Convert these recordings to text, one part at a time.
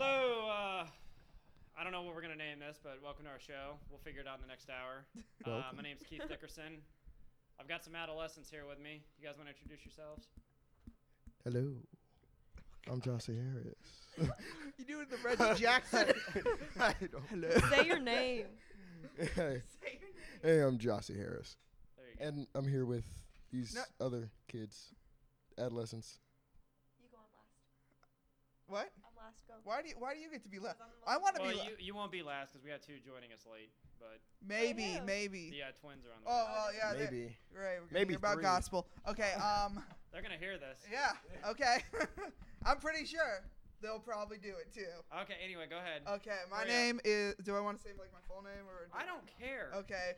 uh, this, but welcome to our show. We'll figure it out in the next hour. Uh, Welcome. my name's Keith Dickerson. I've got some adolescents here with me. You guys want to introduce yourselves? Hello. I'm Jossie Harris. You doing the Reggie Jackson? I don't- Hello. Say your name. hey, Say your name. hey, I'm Jossie Harris. There you go. And I'm here with these No. other kids, adolescents. You go on last. What? I'm last. Go. Why do you, why do you get to be left? Because I'm the I want to be Well, left. you, you won't be last because we got two joining us late, but maybe Yeah. maybe. the uh, twins are on the Oh, way. oh yeah. they're- Maybe. Right. We're gonna Maybe hear about three. gospel. Okay. Um. They're going to hear this. Yeah. Okay. I'm pretty sure they'll probably do it too. Okay, anyway, go ahead. Okay. My Hurry up. name is. Do I want to say like my full name or? Oh, I don't care. Okay.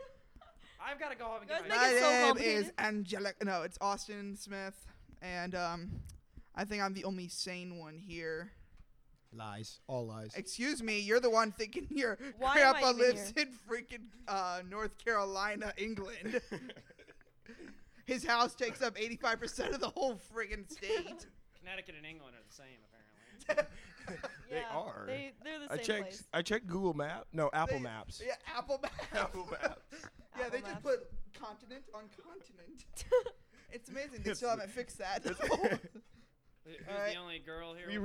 I've got to go home and Guys, get make my it My so name is complicated. Angelica. No, it's Austin Smith, and um, I think I'm the only sane one here. Lies. All lies. Excuse me, you're the one thinking your Why am I grandpa even lives here? in freaking uh, North Carolina, England. His house takes up 85% of the whole freaking state. Connecticut and England are the same, apparently. They Yeah, are. they- they're the I same checked, place. I checked Google Map. No, Apple They- Maps. Yeah, Apple Maps. Apple Maps. yeah, they Apple just Maps. put continent on continent. It's amazing. They It's- still haven't fixed that. Who's right. the only girl here? with we us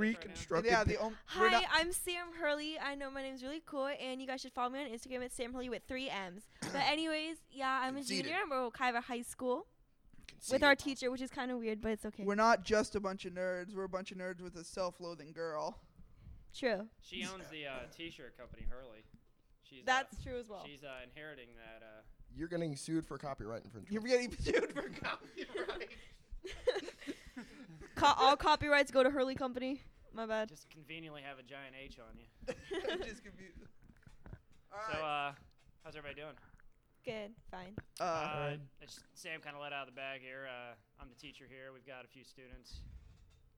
right now? reconstructed. yeah, the only. we're Hi, not- I'm Sam Hurley. I know my name's really cool, and you guys should follow me on Instagram at Sam Hurley with three M's. But anyways, yeah, I'm a Conceited. junior. I'm at Rokiva High School with Conceited. our teacher, which is kind of weird, but it's okay. we're not just a bunch of nerds. We're a bunch of nerds with a self-loathing girl. True. She owns the uh, t-shirt company Hurley. She's uh, That's true as well. She's uh, inheriting that. Uh, You're getting sued for copyright infringement. You're getting sued for copyright. Co- all copyrights go to Hurley Company. My bad. just conveniently have a giant H on you. I'm just confused. All So, right. uh, how's everybody doing? Good. Fine. uh, Uh, it's- Sam kind of let out of the bag here. Uh, I'm the teacher here. We've got a few students.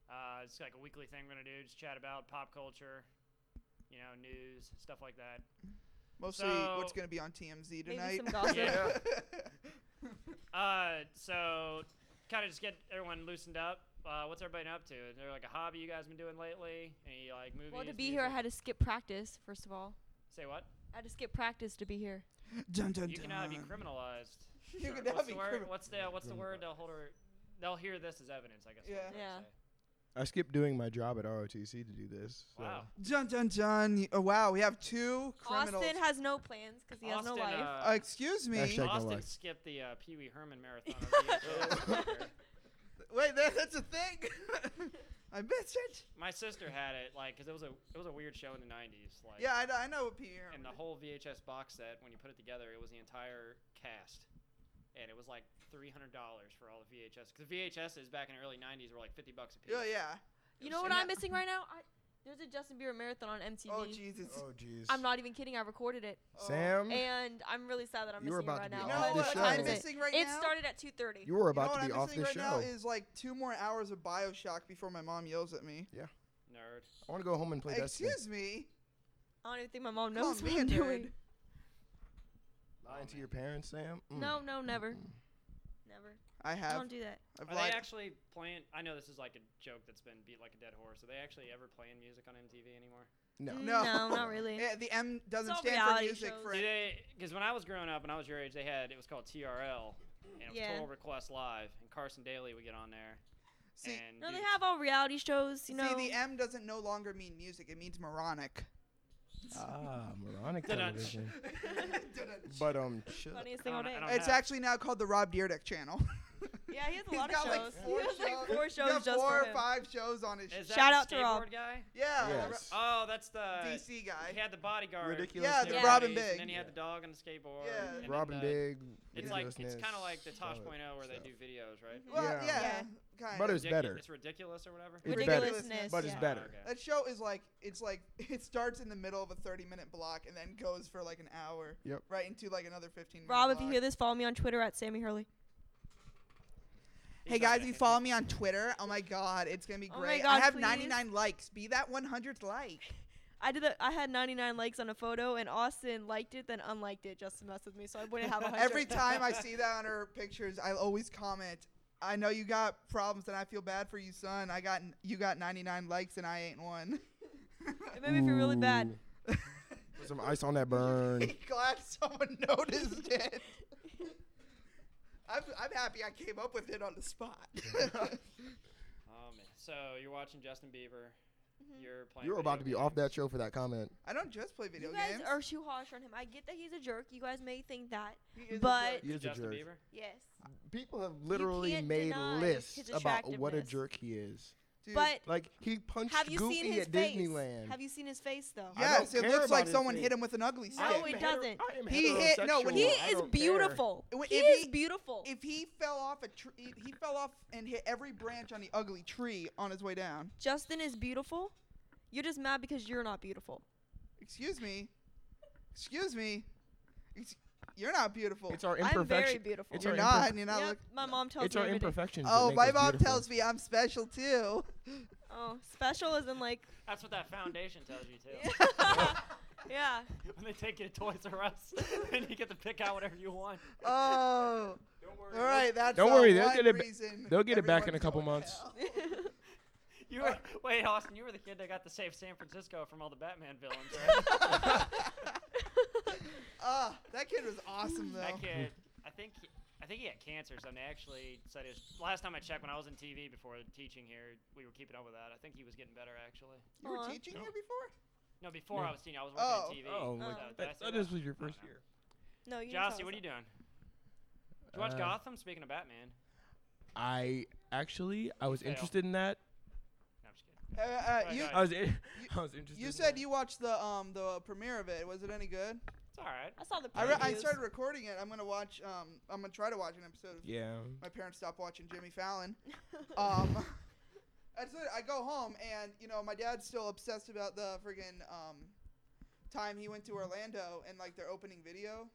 Uh, it's like a weekly thing we're gonna do. Just chat about pop culture, you know, news, stuff like that. mostly so- what's going to be on TMZ Maybe tonight. some gossip. Yeah. Uh, so, kind of just get everyone loosened up. Uh, what's everybody been up to? Is there like a hobby you guys been doing lately? Any like movies? Well, to be here, I music? had to skip practice. First of all, say what? I had to skip practice to be here. dun, dun, You can now be dun. criminalized. uh, You Sure. can now what's be the word? crimin- What's the what's the word? They'll hold her. They'll hear this as evidence, I guess. is what Yeah. I'm trying to Yeah. say. I skipped doing my job at ROTC to do this. so- Wow. Dun dun dun. You- Oh, wow, we have two criminals. Austin has no plans because he has no Austin, life. uh, uh, excuse me. Hashtag- Take my Austin life. skipped the uh, Pee Wee Herman marathon. on VHS. Wait, that, that's a thing. I missed it. My sister had it like because it was a it was a weird show in the '90s. Like Yeah, I, know- I know what Pierre. And the whole VHS box set, when you put it together, it was the entire cast, and it was like three hundred dollars for all the VHS. Because VHSs back in the early '90s were like fifty bucks a piece. Oh yeah. You know what I'm missing right now? I, there's a Justin Bieber marathon on MTV. Oh Jesus. Oh. Oh, jeez. I'm not even kidding. I recorded it, Sam, Mm. and I'm really sad that I'm You were missing it about right to be now. off But the what show. time I'm is it? missing right it now? started at 2:30. you were You know about what to be I'm off missing this right show. now is like two more hours of Bioshock before my mom yells at me. yeah. Nerd. I want to go home and play Destiny. Excuse me. I don't even think my Come mom knows on, what I'm man, doing. dude. Oh, Lying to your parents, Sam? Mm. No, no, never, never. I I have. Hmm. don't do that. I've Are lied. they actually playing? I know this is like a joke that's been beat like a dead horse. Are they actually ever playing music on MTV anymore? No. Mm, No. no, not really. Eh, the M doesn't all stand for reality music shows. for Do they? Because when I was growing up, when I was your age, they had it was called TRL, and it was Yeah. Total Request Live, and Carson Daly would get on there. See, and No, do- they have all reality shows. You know. See, the M doesn't no longer mean music; it means moronic. Ah, moronic Dun-dun. television. it's But, um, chill. Funniest I thing all don't- day. I don't- Yeah. actually now called the Rob Dyrdek channel. Yeah, he has a He's lot of got shows. like four he has like shows. four He's got shows just four for or him. five shows on his. Is Sh- that Shout the out to skateboard Rob. guy? yeah, the Yes. Oh, that's the uh, DC guy. He had the bodyguard. Ridiculous Yeah, the the Robin Big. And then he had the dog on the skateboard. Yeah. and then Robin the- Big. It's like it's ridiculousness, kind of like the all Tosh.0 that where they stuff. do videos, right? Well, yeah, Yeah. Yeah. kind But of. it was better. It's ridiculous or whatever. It's better. Ridiculousness. But it's yeah. better. okay. that show is like it's like it starts in the middle of a thirty-minute block and then goes for like an hour. Yep. Right into like another fifteen. Rob, if you hear this, follow me on Twitter at Sammy Hurley. Hey guys, if you follow me on Twitter, oh my god, it's gonna be Oh my great. I God, have please. 99 likes. Be that 100th like. I did. A, I had 99 likes on a photo, and Austin liked it, then unliked it just to mess with me, so I wouldn't have a hundred. Every time I see that on her pictures, I always comment. I know you got problems, and I feel bad for you, son. I got you got 99 likes, and I ain't one. it made me feel really bad. Ooh. Put some ice on that burn. Glad someone noticed it. I'm, I'm happy I came up with it on the spot. Um, so you're watching Justin Bieber. Mm-hmm. You're playing. You're video about to be off games. that show for that comment. I don't just play video You guys games. are too harsh on him. I get that he's a jerk. You guys may think that. He is a but- jerk. He is a Justin jerk. Bieber. Yes. People have literally can't made deny lists his about what a attractiveness. jerk he is. Dude, But Like he punched have you Goofy seen his at face? Disneyland. Have you seen his face though? I don't yes, it care looks like about his someone face. hit him with an ugly stick. No, it doesn't. I am He hit- no, when heterosexual. He I is don't care. beautiful. If He he- is beautiful. If he fell off a tree, he, he fell off and hit every branch on the ugly tree on his way down. Justin is beautiful. You're just mad because you're not beautiful. Excuse me. Excuse me. Ex- You're not beautiful. It's our I'm very imperfection. beautiful. it's You're our not. imperf- and You're not. Yep, Look- my mom tells it's me our every day. imperfections. that oh, make my us mom beautiful. tells me I'm special too. Oh, special isn't like That's what that foundation tells you too. yeah. when they take you to Toys R Us, and you get to pick out whatever you want. Oh. Don't worry. All right. That's Don't the worry, they'll one get it ba- reason they'll get it back in everyone's a couple going to months. hell. You were, wait, Austin, you were the kid that got to save San Francisco from all the Batman villains, right? Ah, that kid was awesome though. that kid, I think, he- I think he had cancer. So they actually said his last time I checked when I was in TV before teaching here, we were keeping up with that. I think he was getting better actually. You were Aw. teaching here before? No, before No. I was teaching, I was working Oh. in TV. Oh, so like, did I That, say that that? is was your first know. year. No, you. didn't Jossie, tell what are us you doing? Did you watch Uh, Gotham? Speaking of Batman, I actually I was Fail. interested in that. no, I'm just kidding. Uh, uh, Right, you, right. I was in, I was interested. you in said that. you watched the um the premiere of it. Was it any good? It's all right. that. I saw the. I, re- I previews. started recording it. I'm gonna watch. Um, I'm gonna try to watch an episode. Of Yeah. My parents stopped watching Jimmy Fallon. uh, Um, that's it. I go home and you know my dad's still obsessed about the friggin' um time he went to Orlando and like their opening video.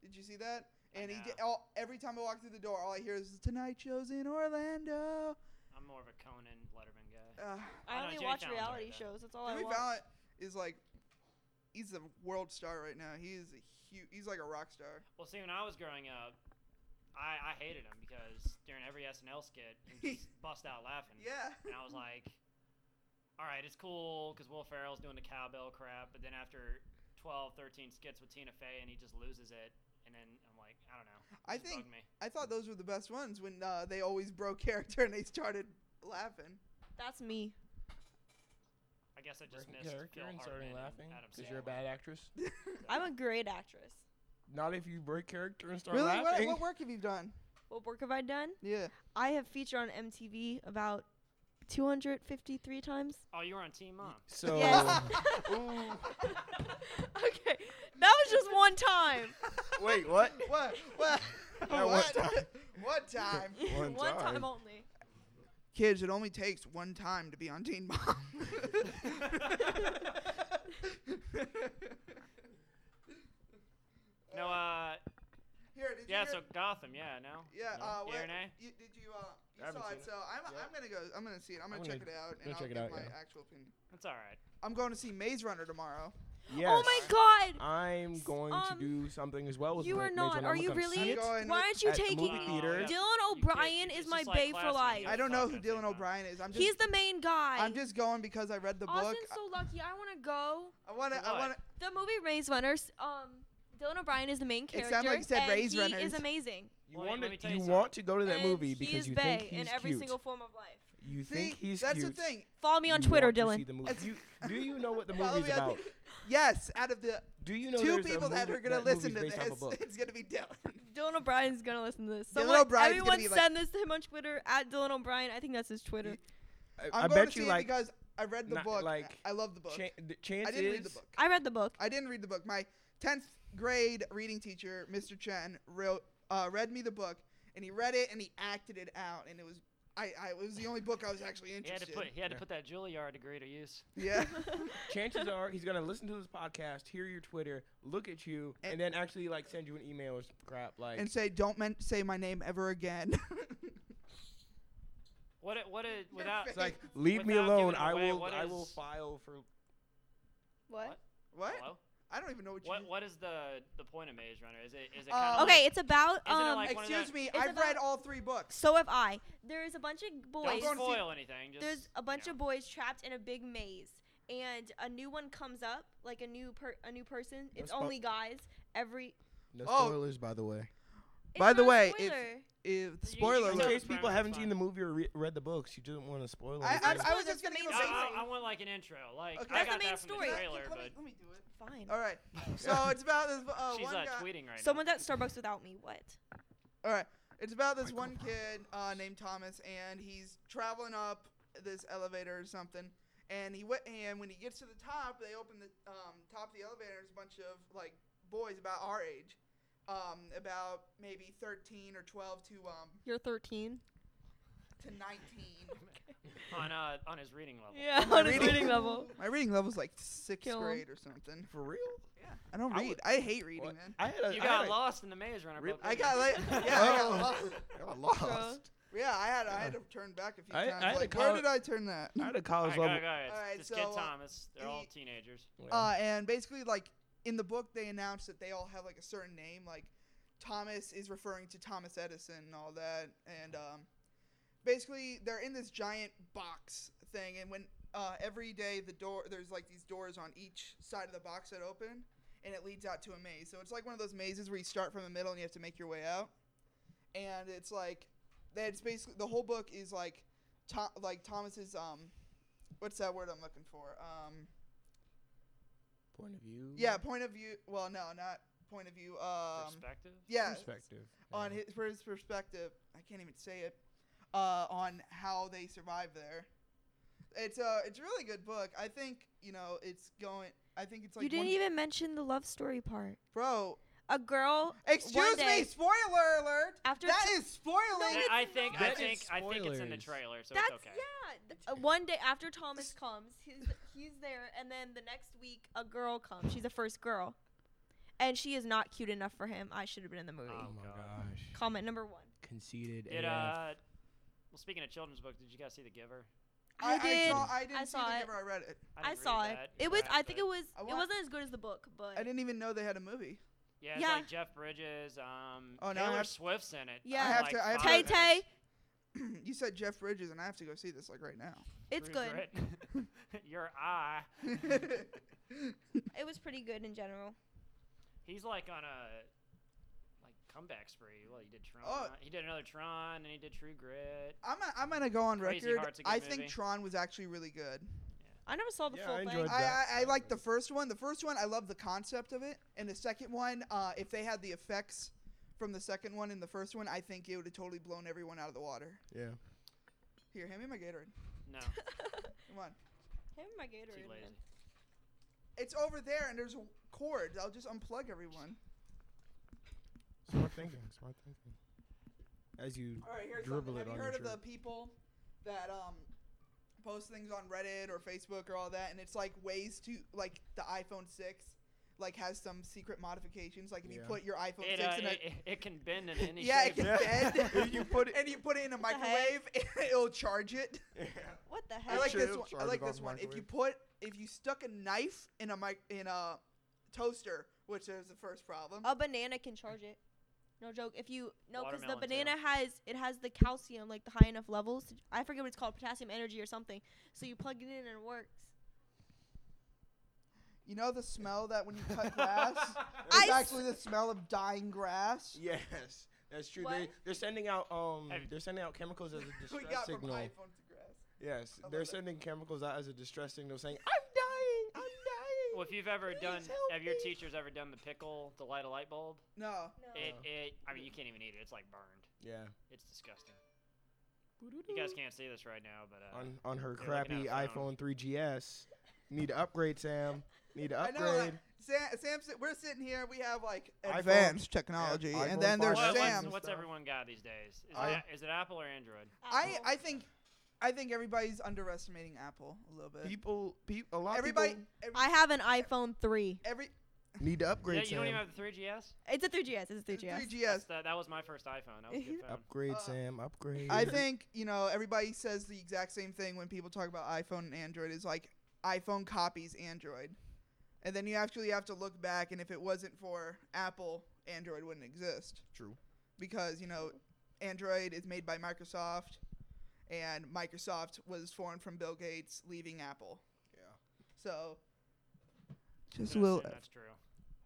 Did you see that? I And he know. did, all, every time I walk through the door, all I hear is "Tonight shows in Orlando." I'm more of a Conan Letterman guy. Uh, I I know, only Jimmy watch Fallon's alright, reality though. shows. That's all I Jimmy watch. Fallon is like, he's a world star right now. He is a huge. He's like a rock star. Well, see, when I was growing up, I, I hated him because during every SNL skit, he just bust out laughing. Yeah. And I was like, all right, it's cool because Will Ferrell's doing the cowbell crap. But then after 12, 13 skits with Tina Fey and he just loses it. And then I'm like, I don't know. it I just think- bugged me. I thought those were the best ones when uh, they always broke character and they started laughing. That's me. I guess I just Breaking missed character Phil and Hartman starting laughing and Adam because you're a Sandler. bad actress. I'm a great actress. Not if you break character and start really? What, laughing. what work have you done? What work have I done? Yeah. I have featured on MTV about 253 times. Oh, you were on Team Mom. So Yes. Oh okay, that was just one time. wait, what? What? What? Yeah, what? what time? what time? One time. time. only. Kids, it only takes one time to be on Teen Mom. No, uh, Here, did you yeah, hear- so Gotham, yeah, no? yeah, No? uh, what, Yeah or nay? you, did you, uh, I you haven't saw seen it, it. so I'm, Yeah. I'm gonna go, I'm gonna see it, I'm gonna, I'm check gonna- it out, gonna and I'll check it give out, my yeah. actual opinion. It's all right. I'm going to see Maze Runner tomorrow. Yes. Oh my God! I'm going Um, to do something as well as you Ma- are Major not. Tom. Are I'm you gonna really? see I'm it. going- Why aren't you at the taking? movie theater. yeah. Dylan You can't- O'Brien it's is just my like babe class for when life. you I don't talk at know who the same Dylan time. O'Brien is. I'm just He's the main guy. I'm just going because I read the book. Austin's so lucky. I want to go. I want to. For I what? want to. The movie Maze Runners. Um, Dylan O'Brien is the main It character. sounded like you said and Maze he Runners. is amazing. You, Let me- want let me to, tell you you want to go to that And movie he is because you bae think he's in every cute. single form of life. you think See, he's that's cute. the thing. Follow me on You Twitter, want to Dylan. see the movie. It's- You- do you know what the Follow movie's me on about? Yes, out of the Do you know two there's a people that movie- are gonna movie's listen to based off a this, book? it's gonna be Dylan. Dylan O'Brien's gonna listen to this. Dylan Someone, O'Brien's gonna everyone be like- send this to him on Twitter at Dylan O'Brien. I think that's his Twitter. I- I'm I going bet to see you it like. because I read the not- book. like, I love the book. Chan- the chance I didn't is read the book. I read the book. I didn't read the book. My tenth grade reading teacher, Mr. Chen, wrote, uh, read me the book, and he read it and he acted it out, and it was. I, I it was the only book I was actually He had to interested. put he had to Yeah. put that Juilliard degree to use. yeah, chances are he's gonna listen to this podcast, hear your Twitter, look at you, and, And- then actually like send you an email or some crap. Like and say don't men- say my name ever again. What a, what a, without it's like, Without leave me giving alone. it I away, will. what I will is- file for. What? what? Hello? I don't even know what you. What what is the the point of Maze Runner? Is it is it Uh, kind of Okay, it's about Isn't it um. like- one of Excuse the- me, It's I've about- read all three books. so have I. There is a bunch of don't going boys. to see- spoil anything. Just, There's a bunch you of boys trapped in a big maze, and a new one comes up, like a new per- a new person. It's That's prob- only guys. Every No Oh. spoilers, by the way. It's By the not a way, if- spoiler. If you spoiler guys In are- alert. case it's fine, people it's haven't fine. seen the movie or re- read the books, you didn't want to spoil I, anything. I, I was Spoilers just gonna for give me, I, a that's basic. I, I amazing. want like an intro. Like Okay. I That's the got main that from story. the Yeah, trailer, let, me, but let me do it. fine. All right. So it's about this uh, she's one uh, guy. tweeting right Someone's at Starbucks without me. What? All right. It's about this Michael one kid uh, named Thomas, and he's traveling up this elevator or something. And he went, and when he gets to the top, they open the um, top of the elevator. There's a bunch of like boys about our age, um, about maybe 13 or 12 to um, You're 13. to 19. now on uh, on his reading level. Yeah, My on a reading level. My reading level's like sixth Kill 'em. grade or something. For real? I don't I read. would- I, hate reading, What? man. I had a. You I had got a- lost in the maze runner. Re- Bob, I didn't got you? like, yeah, I got Oh. lost. I got lost. Bro. Yeah, I had, I had Yeah. to turn back a few I- I times. had a like, col- where did I turn that? I had a All college right, go, level. go ahead. All right, This kid so, uh, Thomas, they're all he- teenagers. Uh, and basically, like in the book, they announced that they all have like a certain name. Like Thomas is referring to Thomas Edison and all that. And um, basically, they're in this giant box thing. And when uh, every day the door, there's like these doors on each side of the box that open, and it leads out to a maze. So it's like one of those mazes where you start from the middle and you have to make your way out. And it's like that's basically the whole book is like, Tho- like Thomas's um, what's that word I'm looking for? Um. Point of view. Yeah, point of view. Well, no, not point of view. Um, Perspective. yeah, Perspective. on his, for his perspective, I can't even say it. Uh, on how they survive there. It's a it's a really good book. I think you know it's going. I think it's like you didn't one- even mention the love story part. bro. A girl. Excuse day- me, spoiler alert. After that t- is spoiling. Yeah, it's I think I not. think I think it's in the Spoilers. trailer, so That's it's okay. yeah. th- uh, one day after Thomas comes, he's he's there, and then the next week a girl comes. She's the first girl, and she is not cute enough for him. I should have been in the movie. Oh Oh, my God. gosh. Comment number one. Conceited. Did AF. uh, well, speaking of children's books, did you guys see The Giver? I, did. saw, I didn't I see saw the it. Giver, I read it. I, didn't saw read it. that, It was. I perhaps, think but- it was. I It wa- wasn't as good as the book, but I didn't even know they had a movie. Yeah, it's Yeah. like Jeff Bridges. Um, Oh, now I Taylor have- Swift's in it. Yeah. I in, have like, to- I have to- Tay five Tay, minutes. you said Jeff Bridges, and I have to go see this like right now. it's True good. grit. Your eye. It was pretty good in general. He's like on a like comeback spree. Well, he did Tron. Oh. He did another Tron, and he did True Grit. I'm i I'm gonna go on Crazy record. Heart's a good I movie. think Tron was actually really good. I never saw the Yeah, full I thing. enjoyed- I, I, That I like the was- first one. The first one, I love the concept of it, and the second one, uh, if they had the effects from the second one in the first one, I think it would have totally blown everyone out of the water. Yeah. Here, hand me my Gatorade. No, Come on, Hand me my too Gatorade, man. lazy. it's over there, and there's cords. I'll just unplug everyone. Smart thinking. Smart thinking. As you All right, here's dribble something. it Have on you your heard of the shirt. people that um, post things on Reddit or Facebook or all that? And it's like ways to like the iPhone six, like has some secret modifications. Like if you Yeah. put your iPhone It, six uh, in a it, it, it can bend in any yeah, shape. it can Yeah. bend. If you put it- and you put it in a What the microwave, heck? it'll charge it. What the I heck? like sure this it'll one. I charge like it off this the one. If you microwave. put, if you stuck a knife in a mic in a toaster, which is the first problem. a banana can charge it. No joke. If you no, because the Watermelon too. banana has it has the calcium like the high enough levels. to- I forget what it's called, potassium energy or something. So you plug it in and it works. You know the smell that when you cut grass. I It's s- actually the smell of dying grass. Yes, that's true. They, What? they're sending out um Have- they're sending out chemicals as a we distress got signal. from iPhone to grass. Yes, I love they're it. sending chemicals out as a distress signal, saying, "I'm dying, I'm dying." Well, if you've ever Please done, help have your me. teachers ever done the pickle to light a light bulb? No. It, No. it. I mean, you can't even eat it. It's like burned. yeah, It's disgusting. You guys Mm. can't see this right now, but uh, on on her they're looking crappy at a phone. iPhone 3GS, need to upgrade, Sam. Need to I know. Like, upgrade. Sam, Sam's, we're sitting here. We have like iPhone- advanced technology, yeah, and iPhone then there's five what- S Sam. what's, and what's stuff. everyone got these days? Is, I- it, a- is it Apple or Android? I Apple. I think, I think everybody's underestimating Apple a little bit. People, people, a lot of uh, everybody, people every, I have an iPhone three. every need to upgrade. Yeah, you Sam. don't even have the 3GS. It's a 3GS. It's a 3GS. 3GS. That's the- that was my first iPhone. That was a good phone. upgrade, Uh, Sam. Upgrade. I think you know everybody says the exact same thing when people talk about iPhone and Android is like iPhone copies Android, and then you actually have to look back, and if it wasn't for Apple, Android wouldn't exist true. because you know Android is made by Microsoft, and Microsoft was formed from Bill Gates leaving Apple. Yeah. So I'm just gonna will. assume That's true.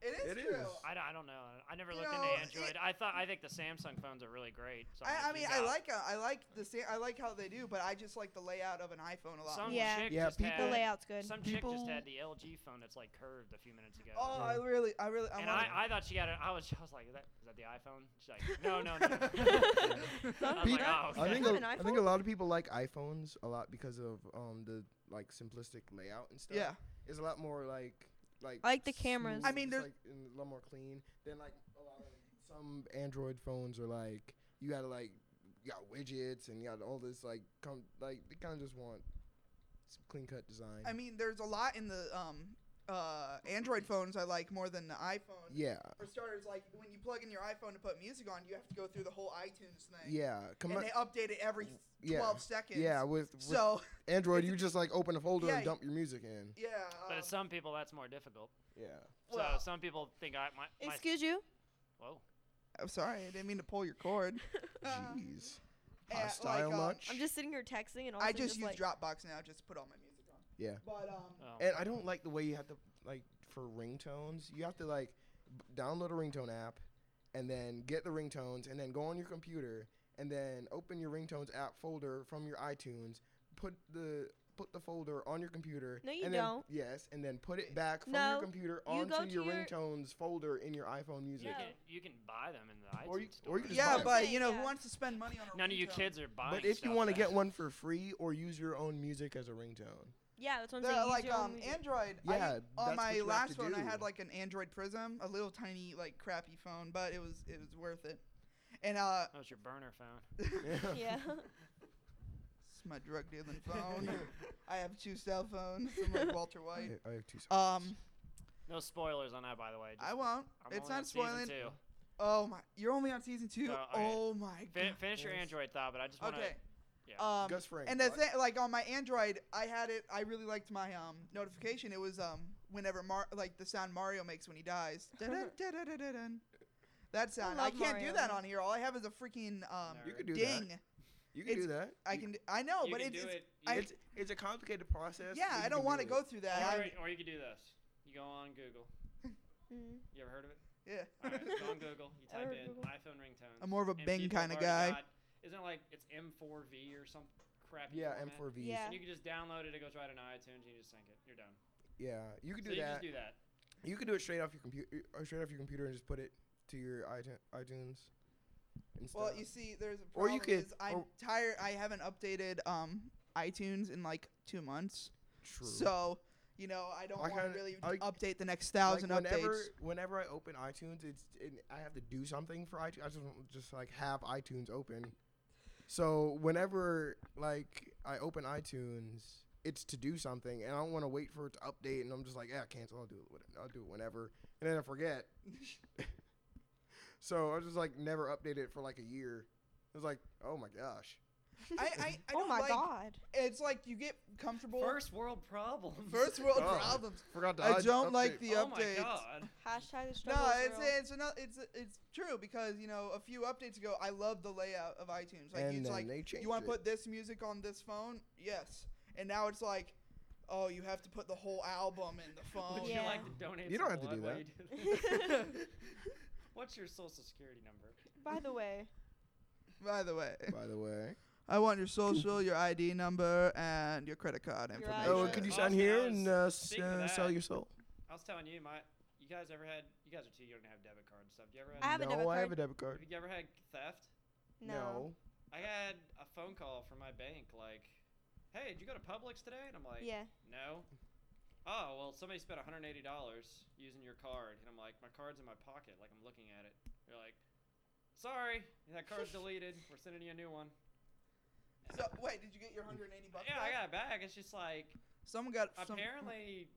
It is It true. is. I don't, I don't know. I never You looked know, into it- Android. I thought I think the Samsung phones are really great. So I'm I, I gonna mean, keep I out. like uh, I like the sa- I like how they do, but I just like the layout of an iPhone a lot. some more. Yeah. chick Yeah, just people- The had- layout's good. Some chick just people- had the LG phone that's like curved a few minutes ago. Oh, I really, I really, and wanna- I, I thought she had it. I was, I was like, is that, is that the iPhone? She's like, no, no, no. I was like, People- oh, I okay. think Have a, an I think a lot of people like iPhones a lot because of um the like simplistic layout and stuff. yeah. it's a lot more like like. I like the cameras. smooth, I mean, it's, there's- like and a lot more clean than like a lot of some Android phones are like you gotta like you got widgets and you got all this like com- like they kind of just want some clean cut design. I mean, there's a lot in the um uh Android phones I like more than the iPhone. yeah, For starters, like when you plug in your iPhone to put music on, you have to go through the whole iTunes thing. yeah, come And on, they update it every yeah, 12 seconds. yeah. With, with So Android, it's- you just like open a folder Yeah, and you- dump your music in. yeah. But um, to some people, that's more difficult. Yeah, well- so some people think I my, my Excuse you. whoa. I'm sorry, I didn't mean to pull your cord. Uh, jeez, and, like, hostile um, much? I'm just sitting here texting and all of a I sudden just use like, Dropbox now just to put all my music on. Yeah. But um, Oh. And I don't like the way you have to like for ringtones. You have to like b- download a ringtone app, and then get the ringtones, and then go on your computer, and then open your ringtones app folder from your iTunes. Put the put the folder on your computer. No, you and then- don't. yes, and then put it back from No, your computer you onto go to your, your- ringtones folder in your iPhone Music. you No. can you can buy them in the iTunes Or you- store. or you can just yeah, buy but it. you know Yeah. who wants to spend money on a none of you ringtone? kids are buying. But if you want to get one for free or use your own music as a ringtone, yeah, that's what I'm The, saying. use like your own um, music. Android. I- Yeah, on that's what my you have last to phone, I do. had like an Android Prism, a little tiny like crappy phone, but it was it was worth it. And uh, That was your burner phone. it's yeah. my drug dealing phone. I have two cell phones. I'm like Walter White. I I have two. seconds. Um, No spoilers on that, by the way. I just- won't. I'm it's only on not season spoiling. two. Uh, Oh my! You're only on season two. No, okay. Oh my Fi- god. finish your Yes. Android thought, but I just want to. Okay. yeah. Um, Gus Frank. and the what? thing, like on my Android, I had it. I really liked my um notification. It was um whenever Mar like the sound Mario makes when he dies. Dun-dun, dun-dun-dun-dun. That sound. I, love can't do that Mario. on here. All I have is a freaking um No. you could do ding. that. You could do that. I You- can. d- I know, you but can it's, do it's it. I- it's it's a complicated process. yeah. you I can don't do want to it. go through that. or, I- you- or you could do this. You go on Google. Mm. You ever heard of it? yeah. All right, go on Google. You I type heard in Google. iPhone ringtone. I'm more of a and Bing people have kind of guy. already got- isn't it like it's M4V or some crap? Yeah, M4Vs. Yeah. And you can just download it. It goes right on iTunes. You just sync it. You're done. Yeah, you could so do you that. just do that. You could do it straight off your computer, or straight off your computer, and just put it to your iTunes. iTunes and Well, stuff. you see, there's a Or problem. you could- is I'm or- tired. I haven't updated um iTunes in like two months. True. So, you know, I don't I want to kinda- really I- update the next Like, thousand whenever, updates. whenever I open iTunes, it's and I have to do something for iTunes. I just don't just like have iTunes open. So whenever like I open iTunes, it's to do something, and I don't want to wait for it to update. And I'm just like, yeah, cancel. I'll do it. Whatever. I'll do it whenever, and then I forget. so I just like never update it for like a year. It was like, oh my gosh. I, I, I oh don't my like, god. It's like you get comfortable. First world problems. First world God. problems. Forgot to I up- don't like update. the oh updates. my god. Hashtag the No, struggle. is it's real. it's another, it's it's true because you know a few updates ago I loved the layout of iTunes. Like and it's then like they changed you want it. to put this music on this phone, yes, and now it's like, oh, you have to put the whole album in the phone. Would Yeah. you like to donate? You don't some have to do blood while you do this? What's your social security number? By the way, By the way, By the way. I want your social, your ID number, and your credit card Your information. Oh, should- could you Austin, sign here I was and uh, s- speaking of uh, that. sell your soul? I was telling you, my. You guys ever had? You guys are too young to have debit card stuff. You ever I had? have a no, debit I have a card. debit card. Have you ever had theft? no. I had a phone call from my bank, like, "Hey, did you go to Publix today?" And I'm like, Yeah. "No." Oh well, somebody spent 180 dollars using your card, and I'm like, "My card's in my pocket." Like I'm looking at it. They're like, "Sorry, that card's deleted. We're sending you a new one." So wait, did you get your 180 bucks? Yeah, I back? got it back. It's just like Someone got some. apparently.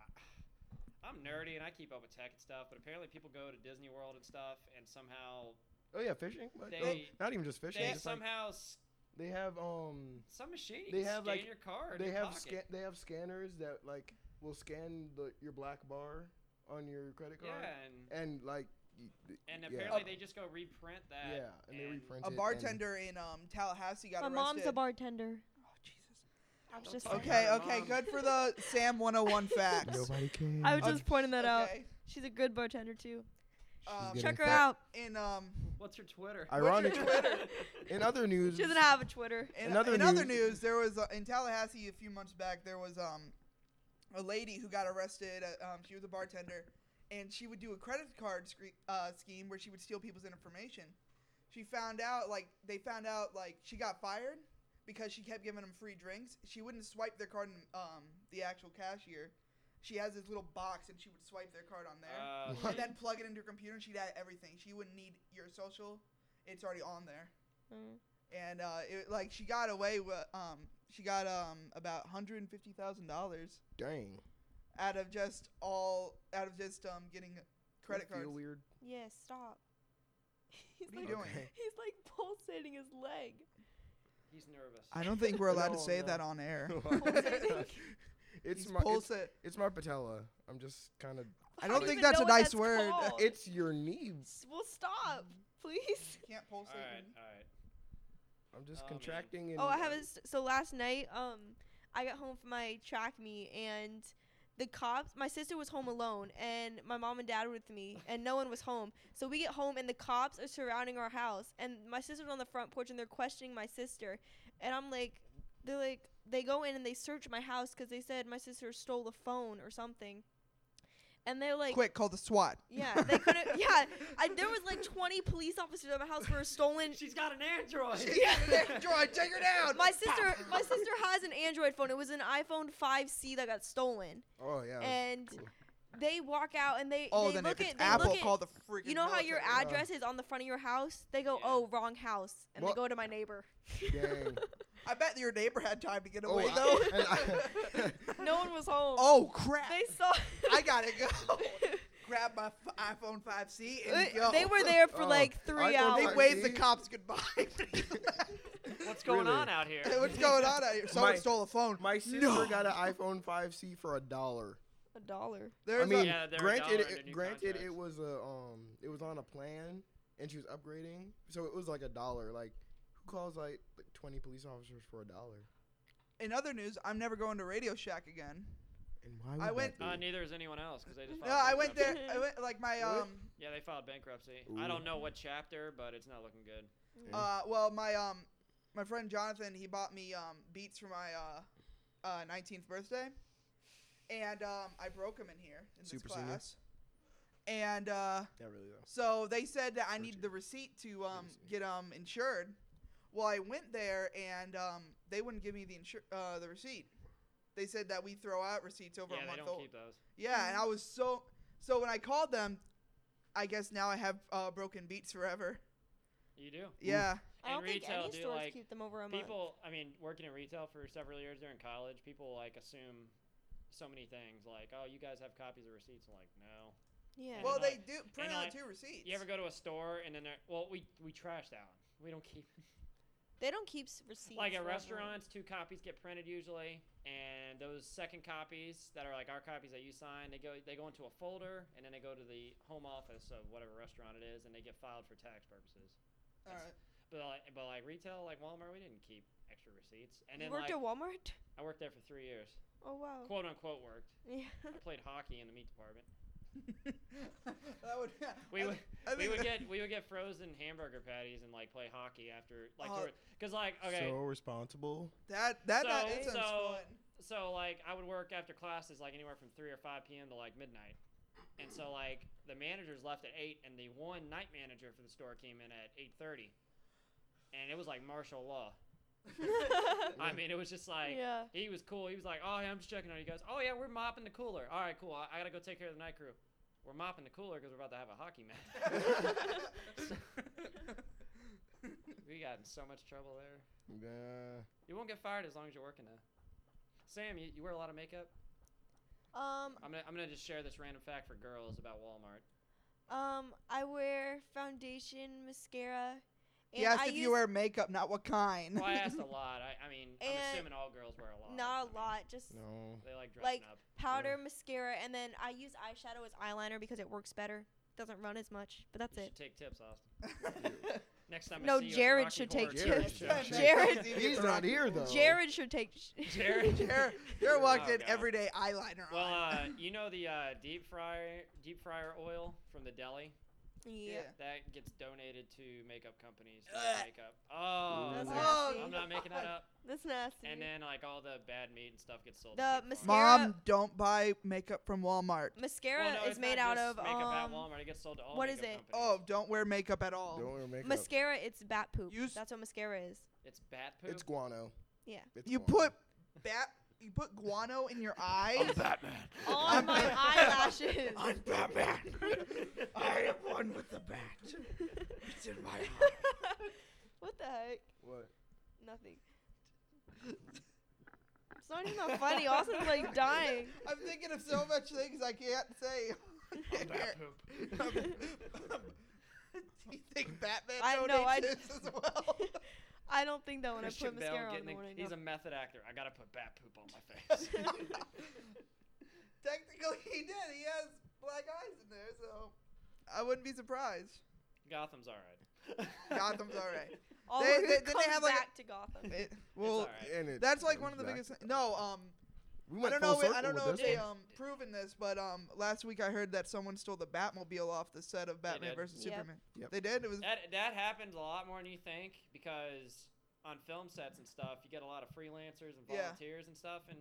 I- I'm nerdy and I keep up with tech and stuff, but apparently people go to Disney World and stuff, and somehow Oh yeah, fishing. But, uh, They- not even just fishing. they just like, somehow s they have um some machines they have, scan like, your card. in they your have pocket. scan they have scanners that like will scan the, your black bar on your credit card Yeah, and and like y- th- And yeah. apparently they just go reprint that. yeah and they reprint it a and- bartender in um Tallahassee got My arrested. mom's a bartender. Oh Jesus! I was just Okay, Her okay, mom. good for the Sam 101 facts. Nobody cares. I was Okay. just pointing that out. Okay. She's a good bartender too. Um, She's Check her fa- out. in um What's her Twitter? I- Ironic- Twitter? In other news, She doesn't have Mm. a Twitter. in, Another in other news- news, there was uh, in Tallahassee a few months back there was um a lady who got arrested. Uh, um, she was a bartender, and she would do a credit card scre- uh, scheme where she would steal people's information. She found out like they found out like she got fired because she kept giving them free drinks. She wouldn't swipe their card in um the actual cashier. She has this little box, and she would swipe their card on there. Uh, What? and then plug it into your computer and she'd add everything. She wouldn't need your social. It's already on there. Mm. And uh, it, like she got away with um she got um about hundred and fifty thousand dollars dang. out of just all out of just um getting credit Feel cards. weird. Yeah, stop. He's What are you like, doing? Okay. he's like pulsating his leg. He's nervous. I don't think we're allowed to No, say no. that on air. Pulsating. it's He's my it's, pulsa- it's my patella. I'm just kind of. I don't don't think even that's know a what nice that's word. called. It's your knee. S- Well, stop, please. You can't pulsate. All right, when you- all right. I'm just Oh, man. contracting. And Oh, I have a s So last night, um, I got home from my track meet, and the cops. My sister was home alone, and my mom and dad were with me, and no one was home. So we get home, and the cops are surrounding our house, and my sister's on the front porch, and they're questioning my sister, and I'm like, they're like, they go in and they search my house because they said my sister stole a phone or something, and they're like, Quick, call the SWAT. yeah, they couldn't. yeah, I, there was like 20 police officers at my house for a stolen She's got an Android. Yeah, Android, take her down. my sister my sister has an android phone it was an iphone 5c that got stolen Oh yeah. and cool. they walk out and they, Oh, they then look if at it's they Apple, look at call the freaking. uh, you know how your military. ad- address is on the front of your house they go Yeah. oh wrong house and Well- they go to my neighbor Dang. I bet your neighbor had time to get Oh, away I- and though. I- no one was home oh crap! they saw I gotta go. Grab my f- iPhone 5C and It- go. Uh, they were there for Oh, like three iPhone They hours 5C. waved the cops goodbye. What's going Really? on out here? Hey, What's going on out here? Someone My- stole a phone. my sister No. got an iPhone 5C for a dollar. a dollar There's I mean, a, Yeah, they're a granted, dollar it, under new granted, contracts. it was a um, it was on a plan, and she was upgrading, so it was like a dollar. Like, who calls like, like twenty police officers for a dollar? in other news, I'm never going to Radio Shack again. And why? I would went- that be? Uh, neither is anyone else because they just. No, filed I went there. bankruptcy. I went like my Really? um. Yeah, they filed bankruptcy. Ooh. I don't know what chapter, but it's not looking good. Yeah. Uh, well, my um, my friend Jonathan, he bought me um beats for my uh, uh 19th birthday, and um, I broke them in here in Super this senior. class, and uh. yeah, really though. So they said that I Or need two. the receipt to um, receipt. get um insured. Well, I went there and um, they wouldn't give me the insur- uh, the receipt. They said that we throw out receipts over yeah, a they month don't old. keep those. Yeah, and I was so so when I called them, I guess now I have uh, broken beats forever. You do. Yeah, i don't And think retail, any dude, stores like, keep them over a month People, I mean, working in retail for several years during college, people like assume so many things. Like, oh, you guys have copies of receipts. I'm like, no. yeah And I'm well they like- do print and I- out two receipts. You ever go to a store and then they're well, we we trash that one. We don't keep they don't keep s- receipts like at for a month. restaurants. Two copies get printed usually, and those second copies that are like our copies that you sign, they go they go into a folder and then they go to the home office of whatever restaurant it is, and they get filed for tax purposes. All right. But like, but like retail, like Walmart, we didn't keep extra receipts. And you then worked like, at walmart I worked there for three years, oh wow quote unquote worked. yeah I played hockey in the meat department. that would. We I- would I we think would that- get we would get frozen hamburger patties and like play hockey after like Oh. because like okay So responsible. that. That, So- that, sounds so- fun. so like I would work after classes like anywhere from three or five p.m. to like midnight, and so like the managers left at eight, and the one night manager for the store came in at eight thirty, and it was like martial law. I mean, it was just like yeah he was cool. He was like, "Oh, yeah, I'm just checking on you guys. Oh yeah, we're mopping the cooler. All right, cool. I, I gotta go take care of the night crew. We're mopping the cooler because we're about to have a hockey match. we got in so much trouble there. Yeah. You won't get fired as long as you're working though. Sam, you, you wear a lot of makeup. um I'm gonna, I'm gonna just share this random fact for girls about Walmart. Um, I wear foundation, mascara. And He asked I if use you wear makeup, not what kind. Well, I asked a lot. I, I mean, I'm And- assuming all girls wear a lot. not I a mean, lot, just No. They like dressing Like- up. powder, mascara, and then I use eyeshadow as eyeliner because it works better. Doesn't run as much, but that's you it. should take tips, Austin. Next time I No, see you at the Jared Rocky should Horror take Show. Jared Show. should take- Jared- He's not here, though. Jared should take. Jared. Jared, Jared walked Oh, in God. everyday eyeliner Well, on. uh, you know the uh, deep fryer deep fryer oil from the deli yeah. that gets donated to makeup companies. to Ugh. make Makeup. Oh, That's nasty. I'm not making that up. That's nasty. And then like all the bad meat and stuff gets sold. The to Big Pharma. mascara- Mom, don't buy makeup from Walmart. Mm. mascara Well, no, is it's made not out just of makeup at um, Walmart. It gets sold to all what is makeup it? companies. Oh, don't wear makeup at all. Don't wear makeup. mascara. It's bat poop. You s- That's what mascara is. Oh. it's bat poop. It's guano. Yeah. It's You guano. put bat. You put guano in your eyes. Batman. On my eyelashes. Batman. I am one with the bat. It's in my heart. what the heck? What? Nothing. It's not even that funny. Austin's like dying. I'm thinking of so much things I can't say. I'm bat poop. Do you think Batman I donates know, I- his as well? I don't think that when I Christian put Bale mascara on in getting the a- morning. he's no. a method actor. I gotta put bat poop on my face. Technically, he did. He has black eyes in there, so I wouldn't be surprised. Gotham's alright. Gotham's all right. All they- of they- it didn't they comes have, like, a- back to Gotham. It, well, all right. And it, that's like it one of the was biggest. back- thi- No, um, We I went don't full know. If, I circle don't with know if this they one. um proven this, but um last week I heard that someone stole the Batmobile off the set of Batman did. versus Yep. Superman. Yep. They did. It was That that happens a lot more than you think because on film sets and stuff, you get a lot of freelancers and Yeah. volunteers and stuff, and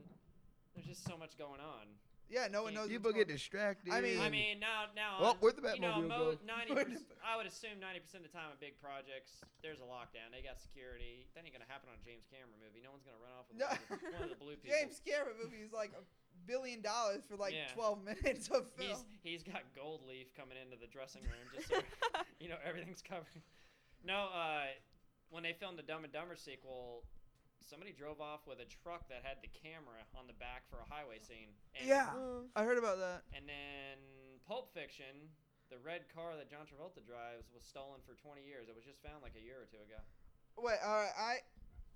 there's just so much going on. yeah. No one knows. People what's get going- distracted. I mean- I And- mean, now now Oh, on- where'd the you know, Batmobile mo- go? 90 Where'd the- I would assume ninety percent of the time on big projects, there's a lockdown. They got security. That ain't gonna happen on a James Cameron movie. No one's gonna run off with No. one, of the, one of the blue people. James Cameron movie is like a billion dollars for like Yeah. 12 minutes of film. He's he's got gold leaf coming into the dressing room just so you know everything's covered. No, uh, when they filmed the Dumb and Dumber sequel, somebody drove off with a truck that had the camera on the back for a highway scene. And, Yeah. Mm. I heard about that. And then Pulp Fiction, the red car that John Travolta drives was stolen for 20 years. It was just found like a year or two ago. Wait, all right. I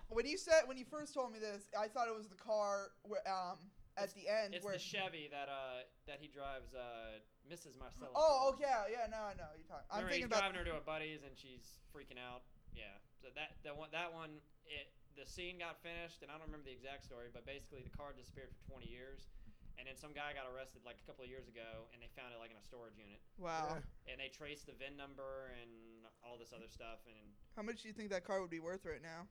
when you said when you first told me this, I thought it was the car where um at It's- the end It's where. the Chevy that uh that he drives uh Mrs. Marcella. oh, Ford. okay. Yeah, no, I know what you're talking. I'm Remember, he's thinking about driving her to a buddy's and she's freaking out. Yeah. So that that one that one it the scene got finished and I don't remember the exact story, but basically the car disappeared for 20 years, and then some guy got arrested like a couple of years ago, and they found it like in a storage unit, wow. Yeah. and they traced the VIN number and all this other stuff, and How much do you think that car would be worth right now?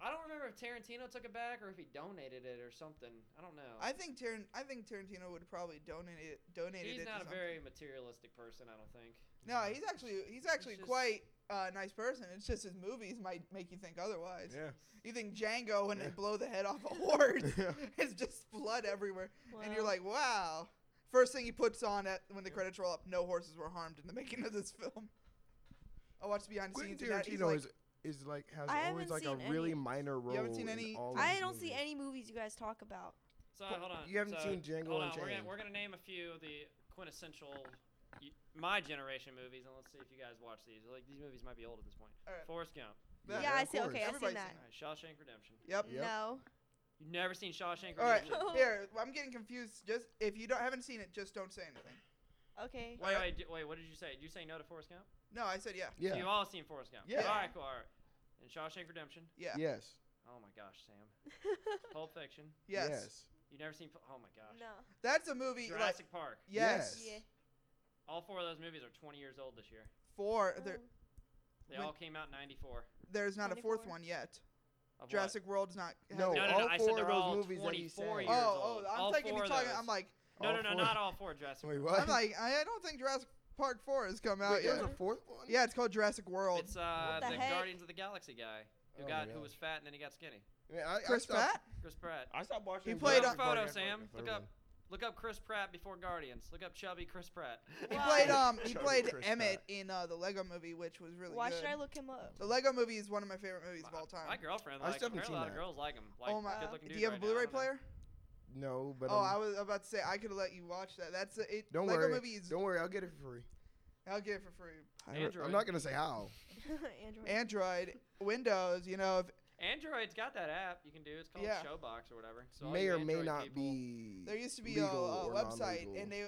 I don't remember if Tarantino took it back or if he donated it or something. I don't know. I think Taran- I think Tarantino would probably donate it. Donated He's it. not to a something. very materialistic person, I don't think. No, he's actually he's actually just- quite a nice person. It's just his movies might make you think otherwise. Yeah. You think Django when Yeah. they blow the head off a horse, Yeah. it's just blood everywhere, and you're Wow. like, wow. First thing he puts on at when the credits roll up, no horses were harmed in the making of this film. I watched behind the Quentin scenes. and that- he's Tarantino like- is is like has I always haven't like a seen really any- minor role. You haven't seen in any- Oh, all of I his don't see movies. any movies you guys talk about. So Well, hold on. you haven't so, seen Django hold on. We're Unchained. gonna, we're gonna name a few of the quintessential y- my generation movies, and let's see if you guys watch these. Like these movies might be old at this point. Alright. Forrest Gump, Yeah, Yeah, I of see. course. Okay, I've seen Everybody's that. seen Alright, Shawshank Redemption. yep. Yep. No. You've never seen Shawshank All right. Redemption? No. Here, I'm getting confused. Just if you don't haven't seen it, just don't say anything. Okay. Wait, wait, d- wait. What did you say? Did you say no to Forrest Gump? No, I said yeah. Yeah. You've all seen Forrest Gump. Yeah. All right, cool. All right. And Shawshank Redemption. Yeah. Yes. Oh my gosh, Sam. Pulp Fiction. Yes. You've never seen. Pul- Oh my Oh, gosh. no. That's a movie like Jurassic Park. yes. Yes. Yeah. All four of those movies are 20 years old this year. Four. There, Oh. They When- all came out in 94. there's not a fourth 24. one yet. Of what? Jurassic World's not. No, No, hasn't- no, all no. I four said of they're those all movies that he 24 said. years Oh, old. oh, I'm all thinking four you're of talking. those. I'm like, No, All no, no, four. not all four Jurassic. Wait, World. what? I'm like, I I don't think Jurassic Park Four has come out Wait, there's yet. a fourth one. Yeah, it's called Jurassic World. It's uh, the the, heck? Guardians of the Galaxy guy who Oh my got who God. was fat and then he got skinny. I mean, I- I Chris stopped- Pratt. Chris Pratt. I stopped watching. He the photo, Look played Jurassic up on- Park after, photo, like, Sam. the Look third up, one. look up Chris Pratt before Guardians. Look up chubby Chris Pratt. He Wow. played um he Chubby played Chris Emmett Pratt. in uh, the Lego Movie, which was really Why good. should I look him up? the Lego Movie is one of my favorite movies of My- all time. My girlfriend I likes still him. haven't Apparently A lot of seen that. girls like him. Like, oh my! good-looking Do dude you have right a now, I Blu-ray don't know. player? No, but oh, um, I was about to say I could have let you watch that. That's a, it. Don't Lego worry. Movie is. don't worry, I'll get it for free. I'll get it for free. I re- Android. I'm not gonna say how. Android. Android, Windows, you know, if Android's got that app you can do. It's called Yeah. Showbox or whatever. So all may you or may Android not people- be. there used to be a, legal a or website non-legal. and they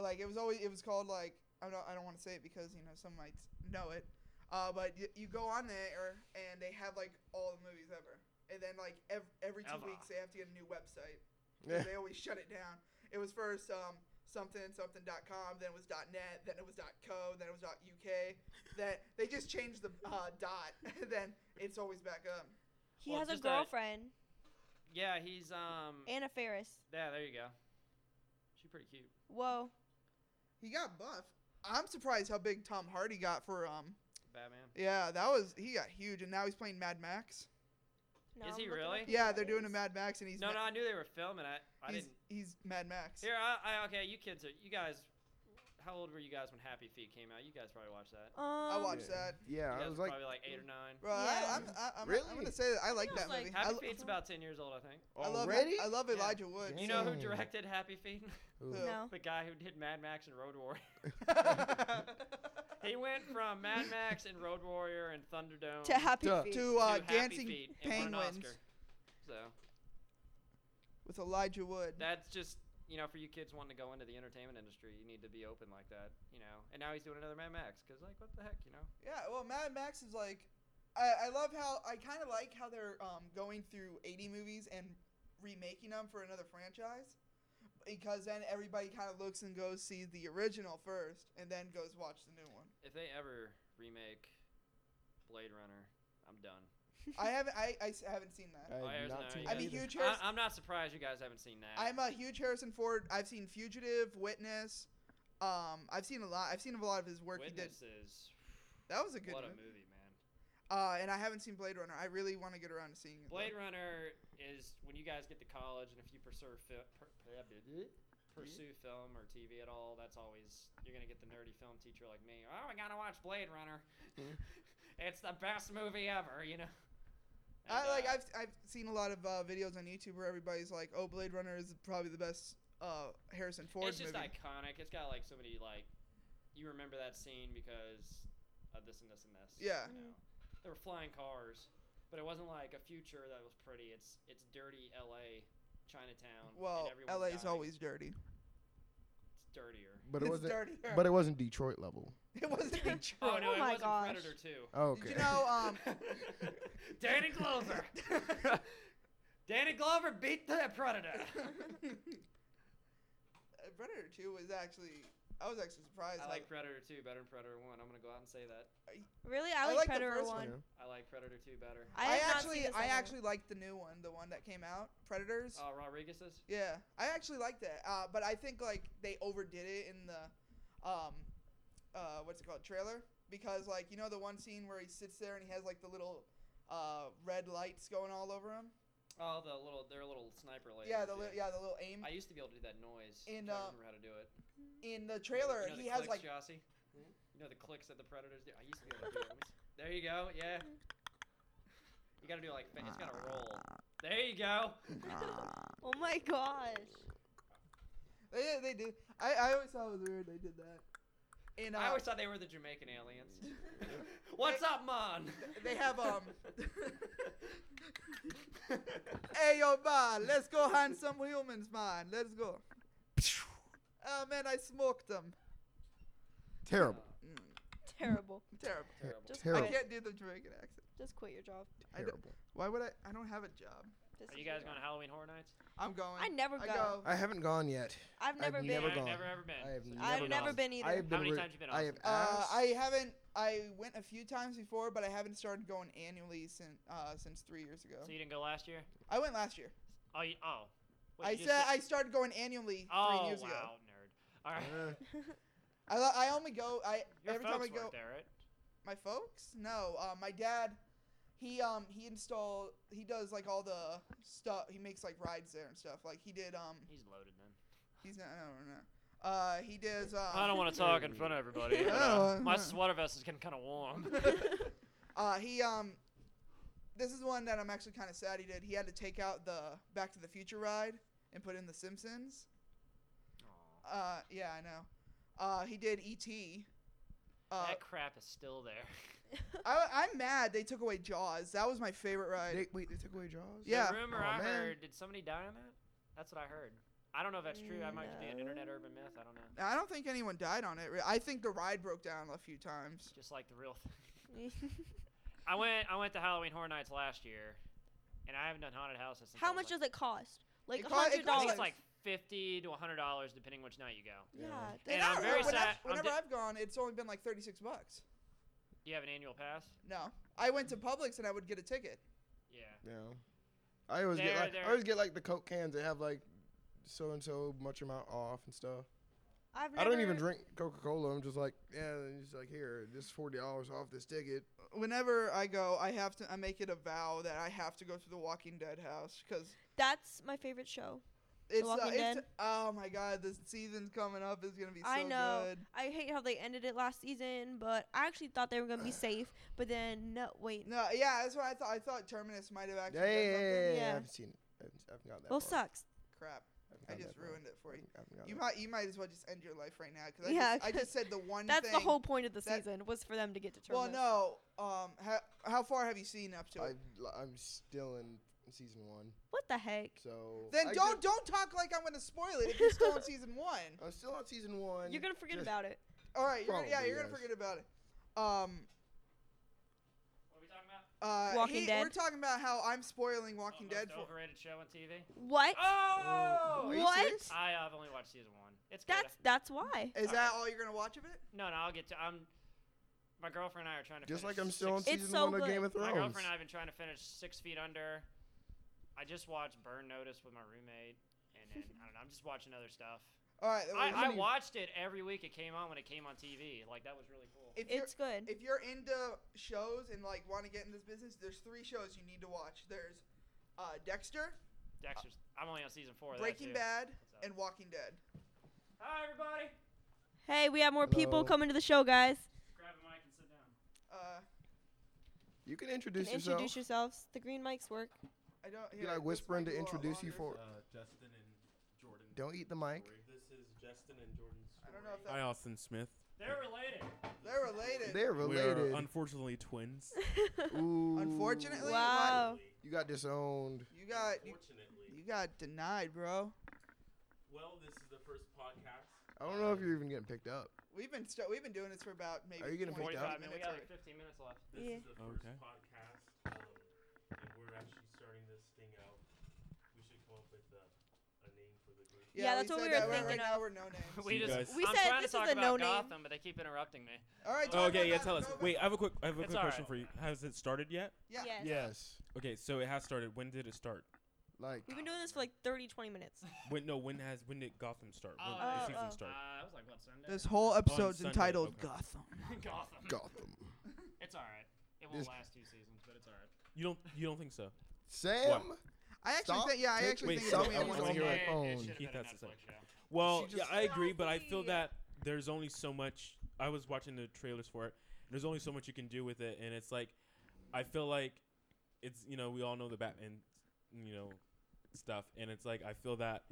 like it was always it was called like I don't I don't want to say it because you know some might know it. Uh, but y- you go on there and they have like all the movies ever. And then like ev- every two Ever. weeks they have to get a new website. 'cause Yeah. They always shut it down. It was first um something something dot com, then it was dot net, then it was dot co, then it was dot uk. Then they just changed the uh, dot. then it's always back up. He Well, has a just that- girlfriend, Yeah, he's um. Anna Ferris. yeah, there you go. She's pretty cute. Whoa. He got buff. I'm surprised how big Tom Hardy got for um. Batman. Yeah, that was he got huge, and now he's playing Mad Max. No, Is he looking really? up who Yeah, that they're doing a is. Mad Max, and he's no, Ma- no, I knew they were filming. I, I he's, didn't. he's Mad Max. Here, I, I, okay, you kids are, you guys, how old were you guys when Happy Feet came out? You guys probably watched that. Um, I watched Yeah. that. Yeah, You I guys was were like, probably like eight or nine. Bro, I, Yeah. I'm, I, I'm, I'm Really? gonna say that I like I that was like- movie. I, Happy lo- Feet's about ten years old, I think. I love already? I love Yeah. Elijah Wood. You know who Dang. directed Happy Feet? Ooh. Who? No. the guy who did Mad Max and Road Warrior. He went from Mad Max and Road Warrior and Thunderdome To Happy Duh. Feet. to uh, Happy Dancing Feet and won an Penguins Oscar. So with Elijah Wood. that's just you know for you kids wanting to go into the entertainment industry, you need to be open like that, you know. And now he's doing another Mad Max because like what the heck, you know? Yeah, well, Mad Max is like, I, I love how I kind of like how they're um, going through 80 movies and remaking them for another franchise, because then everybody kind of looks and goes see the original first, and then goes watch the new one. If they ever remake Blade Runner, I'm done. I haven't, I, I s- haven't seen that. Oh, I there's have no- not seen I that mean, either. huge- I, Cheers. I'm not surprised you guys haven't seen that. I'm a huge Harrison Ford. I've seen Fugitive, Witness. Um, I've seen a lot. I've seen a lot of his work he did. Witnesses. That was a good what movie. a movie, man. Uh, and I haven't seen Blade Runner. I really want to get around to seeing it. though. Blade Runner is when you guys get to college, and if you pursue fi- per- per- pursue film or TV at all, that's always you're gonna get the nerdy film teacher like me. Oh, I gotta watch Blade Runner. it's the best movie ever, you know. I And, like. uh, I've I've seen a lot of uh, videos on YouTube where everybody's like, "Oh, Blade Runner is probably the best uh, Harrison Ford It's just movie." iconic. It's got like so many like you remember that scene because of this and this and this. Yeah. You know? There were flying cars, but it wasn't like a future that was pretty. It's it's dirty L.A. Chinatown. and well, everyone's LA is dying. always dirty. it's dirtier. but it it's wasn't. dirtier. But it wasn't Detroit level. it wasn't Detroit. Oh no, Oh it my wasn't gosh. Predator 2. Oh, Did okay. you know? Um, Danny Glover. Danny Glover beat the Predator. uh, Predator Two was actually. I was actually surprised. I how- like Predator 2 better than Predator 1. I'm going to go out and say that. Really? I I like like the Predator first 1. one. Yeah. I like Predator 2 better. I, I have not actually, seen the I second actually like the new one, the one that came out, Predators. Uh, Rodriguez's? Yeah, I actually like that, uh, but I think like they overdid it in the, um, uh, what's it called, trailer? Because like you know the one scene where he sits there and he has like the little, uh, red lights going all over him. Oh, the little, their little sniper lady. yeah, the li- yeah the little aim I used to be able to do that noise. In, but I uh, remember how to do it. in the You trailer. know the he has clicks, like Jossie? You know the clicks that the Predators do? I used to be able to do it. Let me see. There you go, yeah. You gotta do like, fa- it's gotta roll. There you go. one. Oh my gosh. yeah they did. I, I always thought it was weird they did that. And uh, I always thought they were the Jamaican aliens. What's up, man? they have um. hey yo man, let's go hunt some humans man. Let's go. Oh man, I smoked them. Mm, Terrible. Terrible. Terrible. Oh, Terrible. Just Terrible. I can't do the Jamaican accent. Just quit your job. I d- Terrible. Why would I? I don't have a job. This Are is you your guys job. going to Halloween Horror Nights? I'm going. I never I go. go. I haven't gone yet. I've never been. never I've gone. never ever been. I have So never I've you gone. don't never know. been either. I have been. many re- times you been, I have Uh, asked. I haven't. I went a few times before, but I haven't started going annually since uh, since three years ago. So you didn't go last year? I went last year. Oh, you, oh. What, I you just said I started going annually Oh, three years wow, ago. nerd. All right. Uh, I, lo- I only go. I Your every time folks I go. weren't there, right? My folks? No. Uh, my dad. He um he installed. He does like all the stuff. He makes like rides there and stuff. Like he did um. He's loaded then. He's not. No, no, no. Uh, he does. Um, I don't want to talk in front of everybody. but, uh, Oh, my huh. sweater vest is getting kind of warm. Uh, he um, this is one that I'm actually kind of sad he did. He had to take out the Back to the Future ride and put in the Simpsons. Aw, Uh, yeah, I know. Uh, he did E.T. Uh, that crap is still there. I, I'm mad they took away Jaws. That was my favorite ride. they, wait, they took away Jaws? Yeah. The rumor Aw, I Oh, man. heard, did somebody die on that? That's what I heard. I don't know if that's true. I might just be an internet urban myth. I don't know. I don't think anyone died on it. re- I think the ride broke down a few times. Just like the real thing. I went I went to Halloween Horror Nights last year, and I haven't done haunted houses. Since How much does it cost? Like It a co- it hundred I think dollars. it's like fifty to hundred dollars depending which night you go. yeah. Yeah. that- And I'm I don't know, very when sad- I've, I'm whenever di- I've gone, it's only been like 36 bucks. Do you have an annual pass? No. I went to Publix and I would get a ticket. Yeah. Yeah. I always get They're- like, they're- I always get like the Coke cans. They have like so and so much amount off and stuff. I've I don't even never- drink Coca Cola. I'm just like, yeah. And he's like, here, this forty dollars off this ticket. Whenever I go, I have to. I make it a vow that I have to go through the Walking Dead house because That's my favorite show. it's, uh, Walking it's Dead? oh my god, the season's coming up is gonna be so I know. good. I hate how they ended it last season, but I actually thought they were gonna be safe. But then no, wait, No, yeah, that's what I thought. I thought Terminus might have actually Yeah, yeah, done yeah, yeah, yeah, something. I Yeah. haven't seen it. I haven't, I haven't got that. well, far. sucks. Crap, haven't I gotten just that far. ruined it for you. I haven't- I haven't got You that might, you might as well just end your life right now because Yeah, I, just, I just 'cause said the one. That's thing. the whole point of the that- season was for them to get to Well, Terminus. no. Um, how, how far have you seen up to far. it? I've, li- I'm still in season one, What the heck? so Then I Just, don't don't talk like I'm gonna spoil it if you're still in season one. I'm still on season one. You're gonna forget just- about it. All right, you're, gonna- yeah, Probably, you're gonna yes. forget about it. Um, What are we talking about? uh, Walking he- We're Dead. talking about how I'm spoiling Walking Oh, Dead most for. overrated show on TV. What? Oh! Are you What? serious? I uh, I've only watched season one. It's good. That's that's why. Is All that right. all you're gonna watch of it? No, no, I'll get to. I'm. My girlfriend and I are trying to. Just finish like I'm still on six, It's season so one of good. Game of My Thrones. girlfriend and I have been trying to finish Six Feet Under. I just watched Burn Notice with my roommate, and then I don't know. I'm just watching other stuff. All right. then we- I, I many- watched it every week. It came on when it came on TV. Like that was really cool. if you're It's good. if you're into shows and like want to get in this business, there's three shows you need to watch. There's uh, Dexter, Dexter's. I'm only on season four. of that, Breaking too. Bad, What's up? and Walking Dead. Hi everybody. Hey, we have more people Hello. coming to the show, guys. Grab a mic and sit down. Uh, You can Can introduce yourself. introduce yourselves. The green mics work. I don't. You here, like this whispering might to go a lot introduce you longer. for. Uh, Justin and Jordan. Don't eat the mic. Story. This is Justin and Jordan's I story. don't know if Hi, that, Austin Smith. They're related. they're related. They're We related. are unfortunately twins. Ooh. Unfortunately, you Wow. got- Oh. you got disowned. you got you, Unfortunately. you got denied, bro. Well, this is the first podcast. I don't know if you're even getting picked up. We've been st- we've been doing this for about maybe Are you gonna 20, 45 pick up? minutes. We minutes. got already. like 15 minutes left. This Yeah. is the first Okay. podcast. Um, and we're actually starting this thing out. We should come up with a, a name for the group. Yeah, that's we what we said that, were right- thinking Right now we're no names. We you just. guys. We I'm said trying this to talk is a about no-name. Gotham, but they keep interrupting me. All right. Oh, talk okay, about yeah, that. tell us. Go back- Wait, I have a quick, I have a It's quick all question right. for you. Has it started yet? Yeah. Yes. Yes. Okay, so it has started. When did it start? Like We've been doing this for like 30, 20 minutes. When no, when has when did Gotham start? When Oh, did oh, the season oh. start? Uh, it was like what Sunday? This whole episode's Sunday, entitled okay. Gotham. Gotham. Gotham. It's all right. It This- won't last two seasons, but it's all right. You don't you don't think so? Sam. I actually Stop. think yeah, I Take- actually wait, think stop. it's I only was one on your Yeah, It- it it phone. should've Keith, been a that's the Netflix same. show. Well, She yeah, just- I agree, but I feel Golly. that there's only so much. I was watching the trailers for it. And there's only so much you can do with it, and it's like, I feel like it's you know we all know the Batman, you know, stuff, and it's like I feel that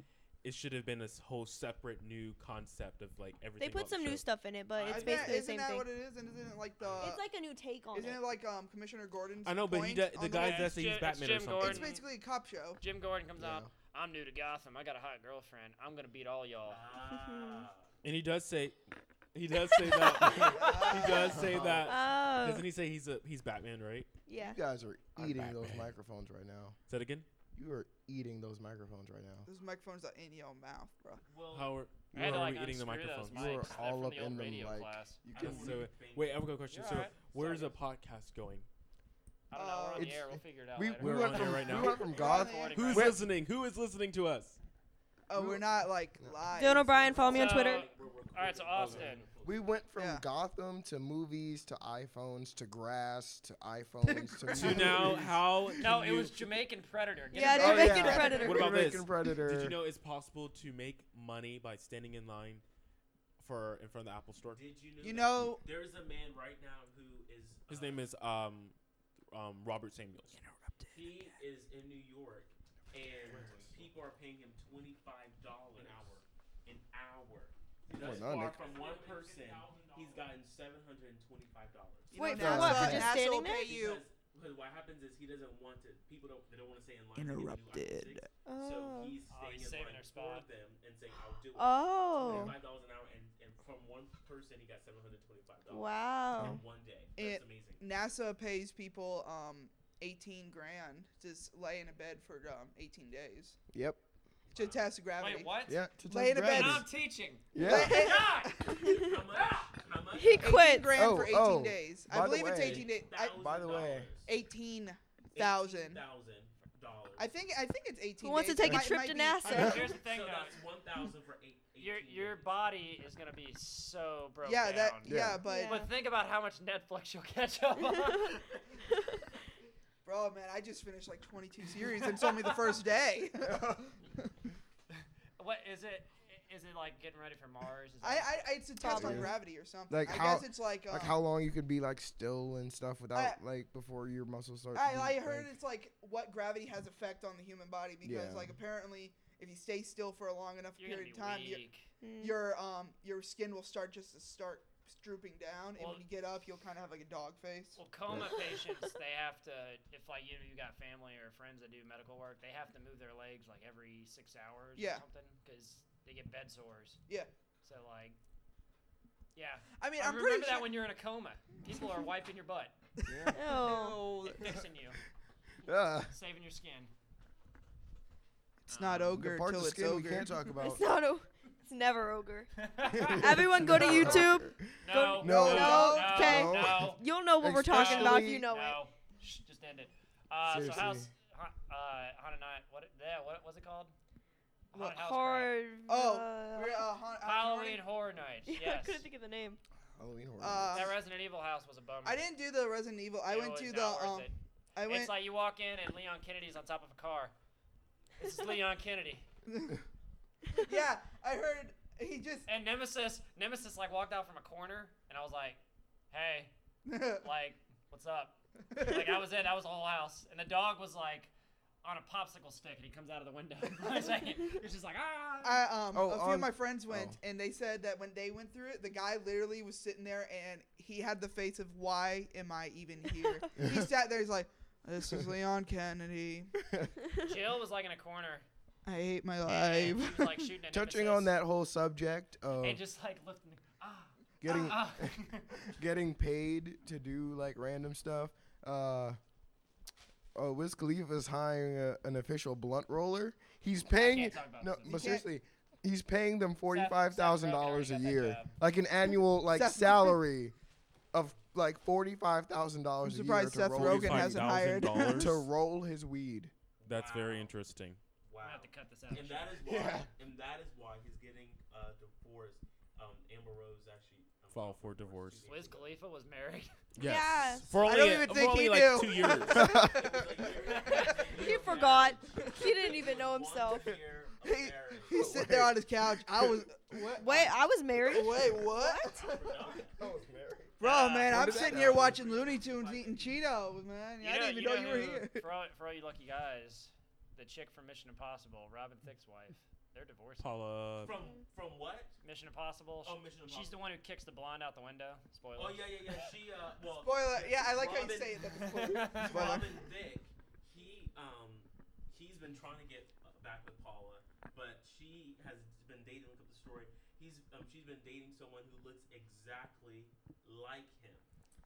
it should have been this whole separate new concept of like everything. They put about the some new show. stuff in it, I but Isn't it's think- that- basically the isn't same that thing. what it is? And isn't it like the? It's like a new take on Isn't it. it like um Commissioner Gordon's? I know, but he point does, on the guy way- Yeah, that it's say he's Jim- it's Batman or Jim something. Gordon. It's basically a cop show. Jim Gordon comes Yeah. out. I'm new to Gotham. I got a hot girlfriend. I'm gonna beat all y'all. Uh, Mm-hmm. Ah. And he does say, he does say that. he does say that. oh. Doesn't he say he's a he's Batman, right? yeah. You guys are I'm eating those Batman. microphones right now. Is that again? You are eating those microphones right now. Those microphones are in your mouth, bro. Oh. Well, How are, I where had to, are like, we eating the unscrew those microphones? You are mics. They're all from up the old in them radio like class. you I can. don't That's wanna so- bang- Wait, I have a quick question. You're So, alright. where's Sorry, the podcast going? I don't know. We're on the Uh, It's- air. We'll figure it out we, later. we We're went on air from right now. we went from We're Goth. on air. Who's Wait. listening? Who is listening to us? Oh, we're not like live. Dylan O'Brien, follow me on So- Twitter. We're recording. All right, so Austin. We went from Yeah. Gotham to movies to iPhones to grass to iPhones to, To now, movies. how? No, can it you- was Jamaican Predator. Get Yeah, it they right. make Oh, Jamaican it Predator. Oh. What about Jamaican this? Predator. Did you know it's possible to make money by standing in line for in front of the Apple Store? Did you know? You that know- there is a man right now who is. His uh, name is um, um, Robert Samuels. He is in New York, and people are paying him twenty five dollars an hour. An hour. Thus not, far Nick. from one person, he's gotten seven hundred and twenty five dollars. You Wait, know, for NASA- what? For just NASA will standing pay there? you. Because what happens is he doesn't want to. People don't. They don't want to stay in line. to get a new iPhone Interrupted. 6, So Oh. he's Oh, staying he's in saving line their for spot. them and saying, "I'll do it." Oh. Twenty-five dollars an hour, and, and from one person, he got seven hundred twenty-five dollars Wow. in one day. Oh. It- That's amazing. NASA pays people um, 18 grand to s- lay in a bed for um, 18 days Yep. to test gravity. Wait, what? Yeah. To Lay in a test And bed. gravity. I'm teaching. Yeah. Lay- God! How much? How much? He 18 quit. grand Oh, for 18 oh, days. by I the believe it's way- 18 days. by the way, Eighteen thousand. Thousand dollars. I think I think it's 18 wants to days, take a but it trip might to be- NASA? I don't- Here's the thing, so though. That's one thousand for eight. Your 18 your days. body is gonna be so broken yeah, that down. yeah, Yeah. but Yeah. But think about how much Netflix you'll catch up on. bro, man, I just finished like 22 series and it's only the first day. what is it? Is it like getting ready for Mars? Is I, that- I it's a test on Probably. gravity or something. Like I how- guess it's like um, like how long you could be like still and stuff without I- like before your muscles start. I, to I be, heard like- it's like what gravity has effect on the human body because Yeah. like apparently if you stay still for a long enough you're gonna period be of time, your, weak. Mm. your um your skin will start just to start drooping down, and Well- when you get up, you'll kind of have like a dog face. Well, coma patients, they have to, if like you know, you got family or friends that do medical work, they have to move their legs like every six hours Yeah. or something because they get bed sores. Yeah. So like, yeah. I mean, I I'm pretty remember sure. that when you're in a coma, people are wiping your butt, Oh. No, and fixing you, Ugh. saving your skin. it's not Um, the ogre parts till of it's skin we ogre. can't talk about. It's not o It's never ogre. no, Everyone go to YouTube. no, Go- No, no, no, okay. no, no. You'll know what we're talking about if Especially- you know it. no. Shh, just end it. Uh, so Seriously. how's uh, haunted night? What? Yeah, what was it called? What, Haunted House Night. Hard. Oh, uh, We're, uh, haunt- uh, Halloween Halloween- Horror Night. yeah, I yes. couldn't think of the name. Halloween horror. Uh, That Resident Evil house was a bummer. I didn't do the Resident Evil. I It went was to the not worth um. it. I went. It's like you walk in and Leon Kennedy's on top of a car. This is Leon Kennedy. yeah, I heard he just. And Nemesis, Nemesis like walked out from a corner, and I was like, "Hey, like, what's up?" Like I was it. That was the whole house, and the dog was like on a popsicle stick, and he comes out of the window. I was like, it's just like ah. I, um, Oh, a few on- of my friends went, oh. and they said that when they went through it, the guy literally was sitting there, and he had the face of "Why am I even here?" he sat there. He's like, "This is Leon Kennedy. Jill was like in a corner. I hate my and life." She was like shooting at Touching Nemesis, on that whole subject of and just like lifting. Ah, Uh, getting ah, getting paid to do like random stuff. Uh, oh, Wiz Khalifa's hiring a, an official blunt roller. He's paying can't talk about no, this. You but can't- seriously, he's paying them forty Seth- five thousand Seth Rogen already dollars a got that year, job. like an annual like Seth- salary of like forty five thousand I'm dollars a year surprised to Seth roll, Rogen hasn't hired. $45,000? to roll his weed. That's very Wow. interesting. I'm Wow. gonna have to cut this out. And that is why. Yeah. And that is why he's getting uh, divorced. Um, Amber Rose actually um, Filed for two divorce. days Wiz ago. Khalifa was married. Yes. Yes. For I only, don't a- even for think only he like knew. two years. It was like year- He year of forgot. marriage. He didn't even know One himself. year of He- marriage. He's sitting there on his couch. I was. What? Wait, I was married. Wait, what? I forgot. Bro, Uh, man, Where I'm did that sitting here happen? watching Looney Tunes eating Cheetos, man. I didn't even know, you were who- here. For all, for all you lucky guys, the chick from Mission Impossible, Robin Thicke's wife, they're divorced. Paula. From from what? Mission Impossible. Oh, she- Mission She's the Impossible. one who kicks the blonde out the window. Spoiler. Oh yeah, yeah, yeah. She uh, well. Spoiler. Yeah, I like how you Robin- say it. That's a spoiler. Spoiler. Robin Thicke, he um, he's been trying to get back with Paula, but she has been dating. Look up the story. He's um, she's been dating someone who looks exactly like him.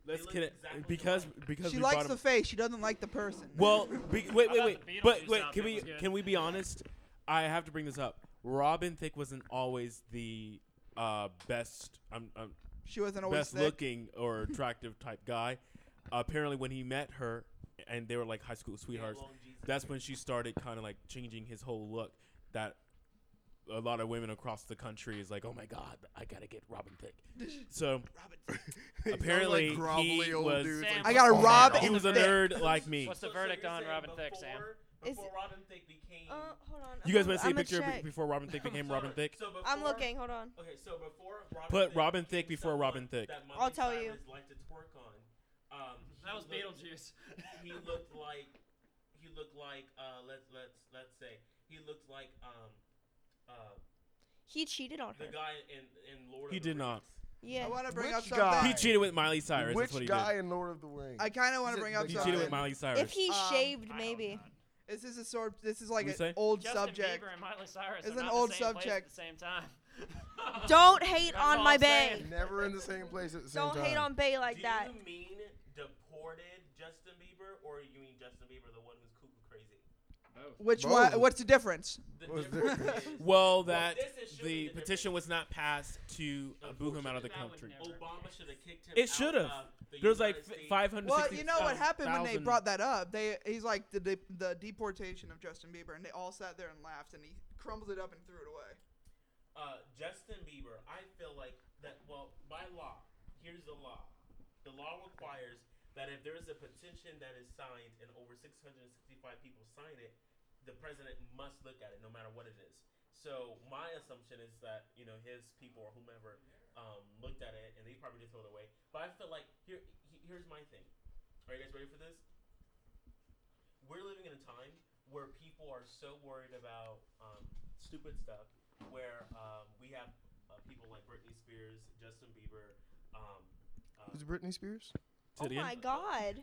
Let's look get it exactly because alike. because She we likes brought the him. face. She doesn't like the person. well, be, thought wait, wait, the wait. Beatles But used wait, outfit can we was good. can we be honest? I have to bring this up. Robin Thicke wasn't always the uh, best. Um, um, she wasn't always best thick. looking or attractive type guy. Apparently, when he met her, and they were like high school sweethearts, long Jesus. that's when she started kind of like changing his whole look. That a lot of women across the country is like, oh my god, I gotta get Robin Thicke. So apparently, Like grovelly he old was dudes, Sam- like, I gotta "Oh, rob no." he and was a Thicke. nerd like me. What's the So- so verdict you're on saying Robin Thicke, Sam? before- Is- Before Robin Thicke became. Uh, hold on. You I'm- guys want to see a I'ma picture of check. before Robin Thicke became Robin Sorry. Thicke? So I'm before- looking. Hold on. Okay, so before Robin Put Thicke Robin became Thicke before someone Robin Thicke. that I'll Miley tell you. Cyrus Liked to twerk on. Um, he that was looked- Beetlejuice. he looked like he looked like uh let's let's let's say he looked like um uh He cheated on the her. guy in in Lord He of the did not. Rings. I Yeah. want to bring up Which something. guy? He cheated with Miley Cyrus. That's what Which he guy did. in Lord of the Rings? I kind of want Is to it bring up the- He something. cheated with Miley Cyrus. If he Um, shaved, I hope maybe. not. This is a sort. This is like We an say? old Justin subject. Bieber and Miley Cyrus It's are an not old the same place subject. At the same time. Don't hate That's all on my I'm bay. saying. Never in the same place at the same Don't time. hate on bay Do like that. you mean recorded Justin Bieber, or you mean Justin Bieber, the one who's cuckoo crazy? Both. Which Both. one? What's the difference? The What's the difference difference? is Well, that this is surely the the petition was not passed to uh, boo him out of the That would country. never- Obama should have kicked him. It out should've. of the There's like United States. five hundred. Well, you know what happened when they brought that up? They he's like the de- the deportation of Justin Bieber, and they all sat there and laughed, and he crumbled it up and threw it away. uh, Justin Bieber, I feel like that. Well, by law, here's the law. The law requires that if there is a petition that is signed and over 665 people sign it, the president must look at it, no matter what it is. So my assumption is that you know his people or whomever um, looked at it and they probably just throw it away. But I feel like here, he- here's my thing. Are you guys ready for this? We're living in a time where people are so worried about um, stupid stuff where um, we have uh, people like Britney Spears, Justin Bieber. Um, uh, Is it Britney Spears? Oh my god.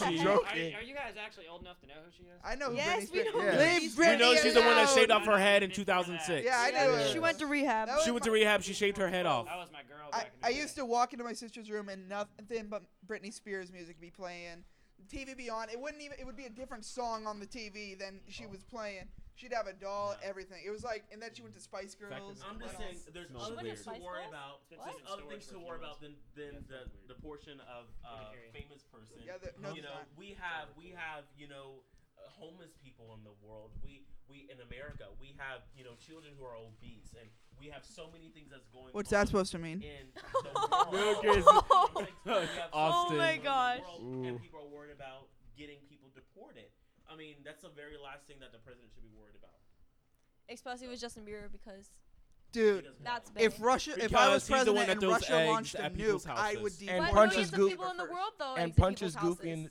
Are She- you- Joking. Are, you- are you guys actually old enough to know who she is? I know. who Britney Yes, we Spears- know. Yeah. who Leave Britney Britney We know she's the one that alone. shaved off her head in Before that. 2006. Yeah, I Yeah, know. She went to rehab. That was She went to rehab. She shaved her head off. That was my girl. I, Back in the I day. used to walk into my sister's room and nothing but Britney Spears music be playing. TV be on. It wouldn't even. It would be a different song on the TV than she Oh. was playing. She'd have a doll, Yeah. everything. It was like, and then she went to Spice Girls. Exactly. I'm what just else? saying, there's Smells other weird. things to worry about. It's been There's sitting in other storage things for a to few worry months. about than, than Yeah, the, it's weird. the portion of uh, hear you. famous person. Yeah, the, no, you it's know, not. we have we have you know uh, homeless people in the world. We we in America we have you know children who are obese, and we have so many things that's going. What's on that supposed to mean? in the world. No, We have Jason. so many things Austin. in my the gosh. world, Ooh. And people are worried about getting people deported. I mean, that's the very last thing that the president should be worried about. Especially with Justin Bieber because Dude, Because why? that's bad. if Russia, if I Because was he's the one president that and throws Russia eggs launched a at people's nuke, I would houses. deport And but punches millions Goop- of people in the world though and exit punches people's Goofy in houses.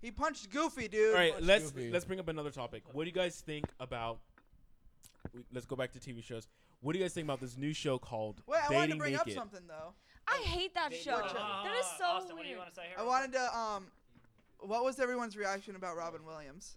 He punched Goofy, dude. All right, Watch let's Scooby. let's bring up another topic. What do you guys think about? we- Let's go back to TV shows. What do you guys think about this new show called Wait, I wanted Dating to bring Naked? up something though. I hate that Dating show. Naked. That is so Uh, Austin, What do weird. you want to say here? I wanted to um, what was everyone's reaction about Robin Williams?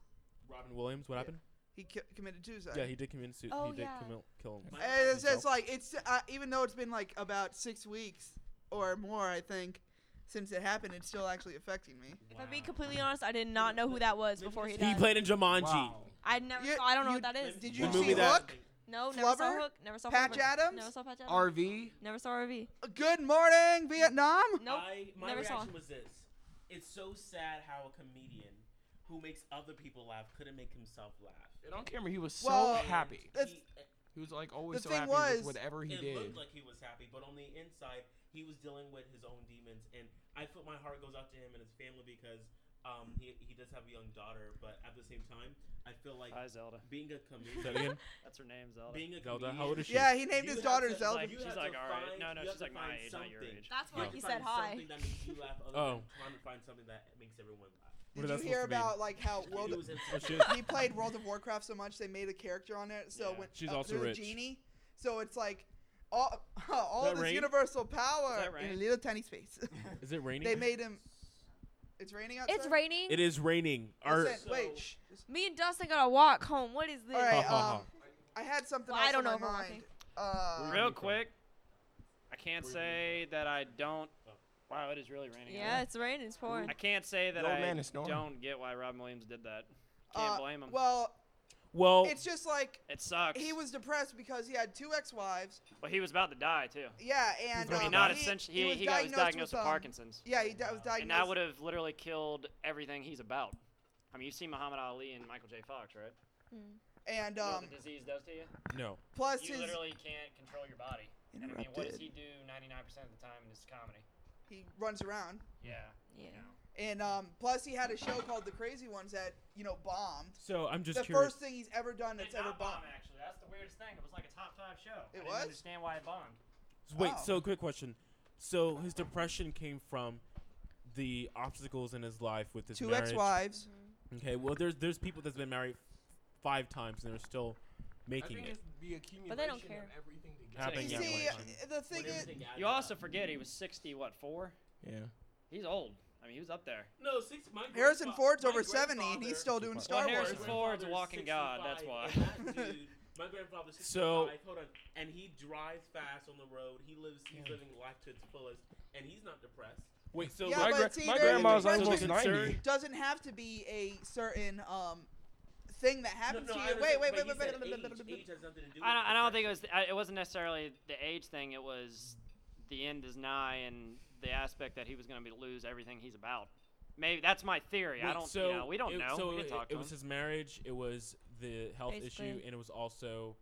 Robin Williams. What Yeah. happened? He ki- committed suicide. Yeah, he did commit suicide. Oh, he did yeah. commit, kill him. And it's, it's himself. like it's uh, even though it's been like about six weeks or more, I think, since it happened, it's still actually affecting me. If I'm being completely honest, I did not know who that was before he He he died. played in Jumanji. I never. You- saw, I don't know you- what that is. Let me- Did The you movie see that- Hook? No, never saw Flubber? Hook. Never saw Patch Flubber, Adams? Never saw Patch Adams. RV. never saw RV. Good morning, Vietnam. Nope. I, my never saw. reaction was this. It's so sad how a comedian who makes other people laugh couldn't make himself laugh. And on camera, he was so Well, happy. Oh, That's- He- He was like always so the thing happy was, with whatever he it did. looked like he was happy, but on the inside, he was dealing with his own demons. And I feel my heart goes out to him and his family because um, he, he does have a young daughter. But at the same time, I feel like Hi, Zelda. being a Say comedian, that again? That's her name, Zelda. being a Zelda, comedian, how old is she? Yeah, he named you his have daughter to- Zelda. like, you she's have to like, all right. find- No, no, she's you have to like my find age, not your something. age. That's You why have he to said find hi. something that makes you laugh other Oh. than trying to find something that makes everyone laugh. What Did is you that hear supposed to mean? about like how It World of, was his- Oh, shit. he played World of Warcraft so much they made a character on it? So Yeah. when She's uh, also there's rich. a genie, so it's like all all Is this that rain? universal power that in a rain? little tiny space. Is it raining? they made him. It's raining outside. It's raining. it is raining. Our, Listen, wait. So- shh. Me and Dustin got to walk home. What is this? All right. ha, Um, I had something Well, I else don't on know my if I'm mind. Uh, Real from? quick, I can't say that I don't. Wow, it is really raining. out Yeah, here. it's raining. It's pouring. I can't say that The old I man is snoring. don't get why Robin Williams did that. Can't Uh, blame him. Well, Oh. well, it's just like it sucks. he was depressed because he had two ex-wives. But he was about to die too. Yeah, and I um, mean, not he, essentially. he He, was he, got was diagnosed with um, Parkinson's, Yeah, he di- was diagnosed. and that would have literally killed everything he's about. I mean, you've seen Muhammad Ali and Michael J. Fox, right? You and know what um, the disease does to you. no. plus You his literally can't control your body. And I mean, what does interrupted. he do 99% of the time in his comedy? He runs around, Yeah. yeah. and um, plus he had a show called The Crazy Ones that you know bombed. So I'm just the curious. first thing he's ever done that's Did ever not bomb, bombed. actually. That's the weirdest thing. It was like a top five show. I It didn't was? understand why it bombed. Wait, Oh. so quick question. So his depression came from the obstacles in his life with his Two marriage. ex-wives. Okay, well there's there's people that's been married five times and they're still making it. the accumulation But they don't care. everything that Happened Yeah, You see, um, yeah. the thing is, You also forget he was 60, what, four? Yeah. He's old. I mean, he was up there. No, six. My Harrison grandfa- Ford's my over 70 and he's grandfather- still doing Well, Star Well, Harrison Wars. Ford- Ford's a Grandfather's walking god, that's 65, why. and that dude- my grandfather's 65, So- hold on, and he drives fast on the road. He lives, he's living life to its fullest, and he's not depressed. Wait, so Yeah, my, but gra- see, my there- grandma's so the almost concern- 90. doesn't have to be a certain um thing that happens no, to I you. Wait, wait, understand, but wait, he wait, wait, said wait, wait, age. wait. Age has nothing to do with I don't, I don't think perfection. it was. I, it wasn't necessarily the age thing. It was the end is nigh, and the aspect that he was going to be lose everything he's about. Maybe that's my theory. I Wait, don't. So you know, we don't it, know. So we didn't it, talk it to was him. his marriage. It was the health issue, Basically. and it was also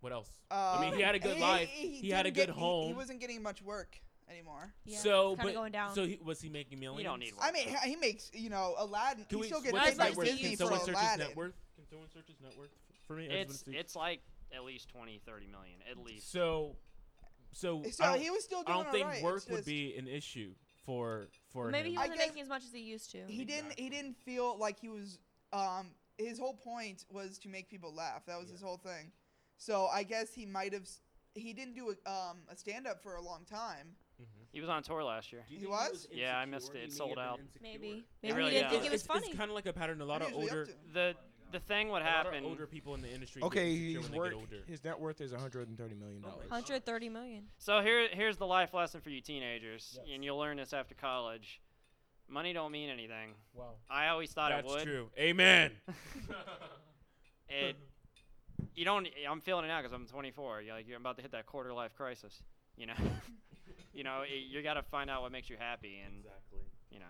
what else? Uh, mean, he had a good life. He had a didn't good get, he- He, home. wasn't getting much work anymore. Yeah, so it's kinda but, going down. So he, was he making millions? need I mean, he- he makes you know Aladdin. Can he we still gets what paid is his by net worth? Disney Can for someone search his Aladdin. net worth? Can someone search his net worth f- for me? I just It's wanna see. it's like at least twenty, thirty million, at least. so. So, I So don't, he was still I doing don't think alright, it's work would just- be an issue for for maybe he him. I wasn't guess- making as much as he used to. He didn't. Exactly. He didn't feel like he was. Um, his whole point was to make people laugh. That was Yeah. his whole thing. So I guess he might have. s- He didn't do a, um, a stand up for a long time. He was on tour last year. Do you He think was? was? Yeah, I missed it. insecure? He It may sold have been out. insecure. Maybe. Yeah, Maybe really he didn't does. think it was it's, funny. kind of like a pattern. A lot I'm of usually up older, to. The the thing what a lot of happened. older people in the industry. get Okay, insecure his when work, they get older. his net worth is 130 million Oh my dollars. God. 130 million. So here here's the life lesson for you teenagers, Yes. and you'll learn this after college. Money don't mean anything. Wow, I always thought that's it would. true. Amen. It you don't. I'm feeling it now because I'm 24. You're like you're about to hit that quarter life crisis. You know, you know, it, you got to find out what makes you happy, and Exactly. you know,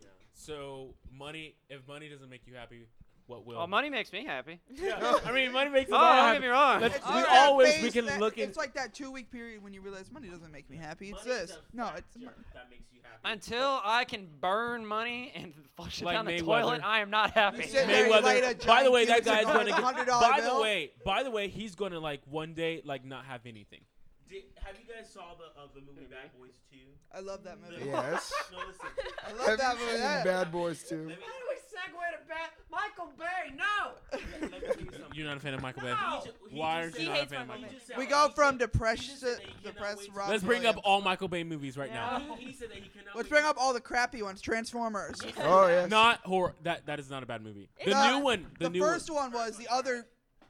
Yeah. So money, if money doesn't make you happy, what will? well, money makes me happy. Yeah, I mean, money makes Oh, us all don't happy. get me wrong. That's- It's we like that always we phase can that- look in. It's like that two week period when you realize money doesn't make me happy. It's Money is this. a No, factor it's mon- that makes you happy. Until I can burn money and flush it Like down the Mayweather. toilet, I am not happy. You sit there, you Mayweather. light a By the giant way, that fuse and guy's go, gonna get. $100 By the bill. way, by the way, he's gonna like one day like not have anything. Did, have you guys saw the uh, the movie Bad Boys 2? I love that movie. Yes. No, listen. I love that Have you movie. seen That- Bad Boys too. Let me, we segue to bat? Michael Bay? No. let, let me tell you something. You're not a fan of Michael Bay. No! He ju- he Why aren't just you said- not a hates fan of my Michael? he Michael just said- we he go said- from he depressed just said that he cannot depressed wait to- Robin Let's bring up Williams. all Michael Bay movies right now. He, he said that he cannot. Let's wait bring to- up all the crappy ones. Transformers. Oh yes. Not horror. That that is not a bad movie. The It's- new one. The, The, new first one was the other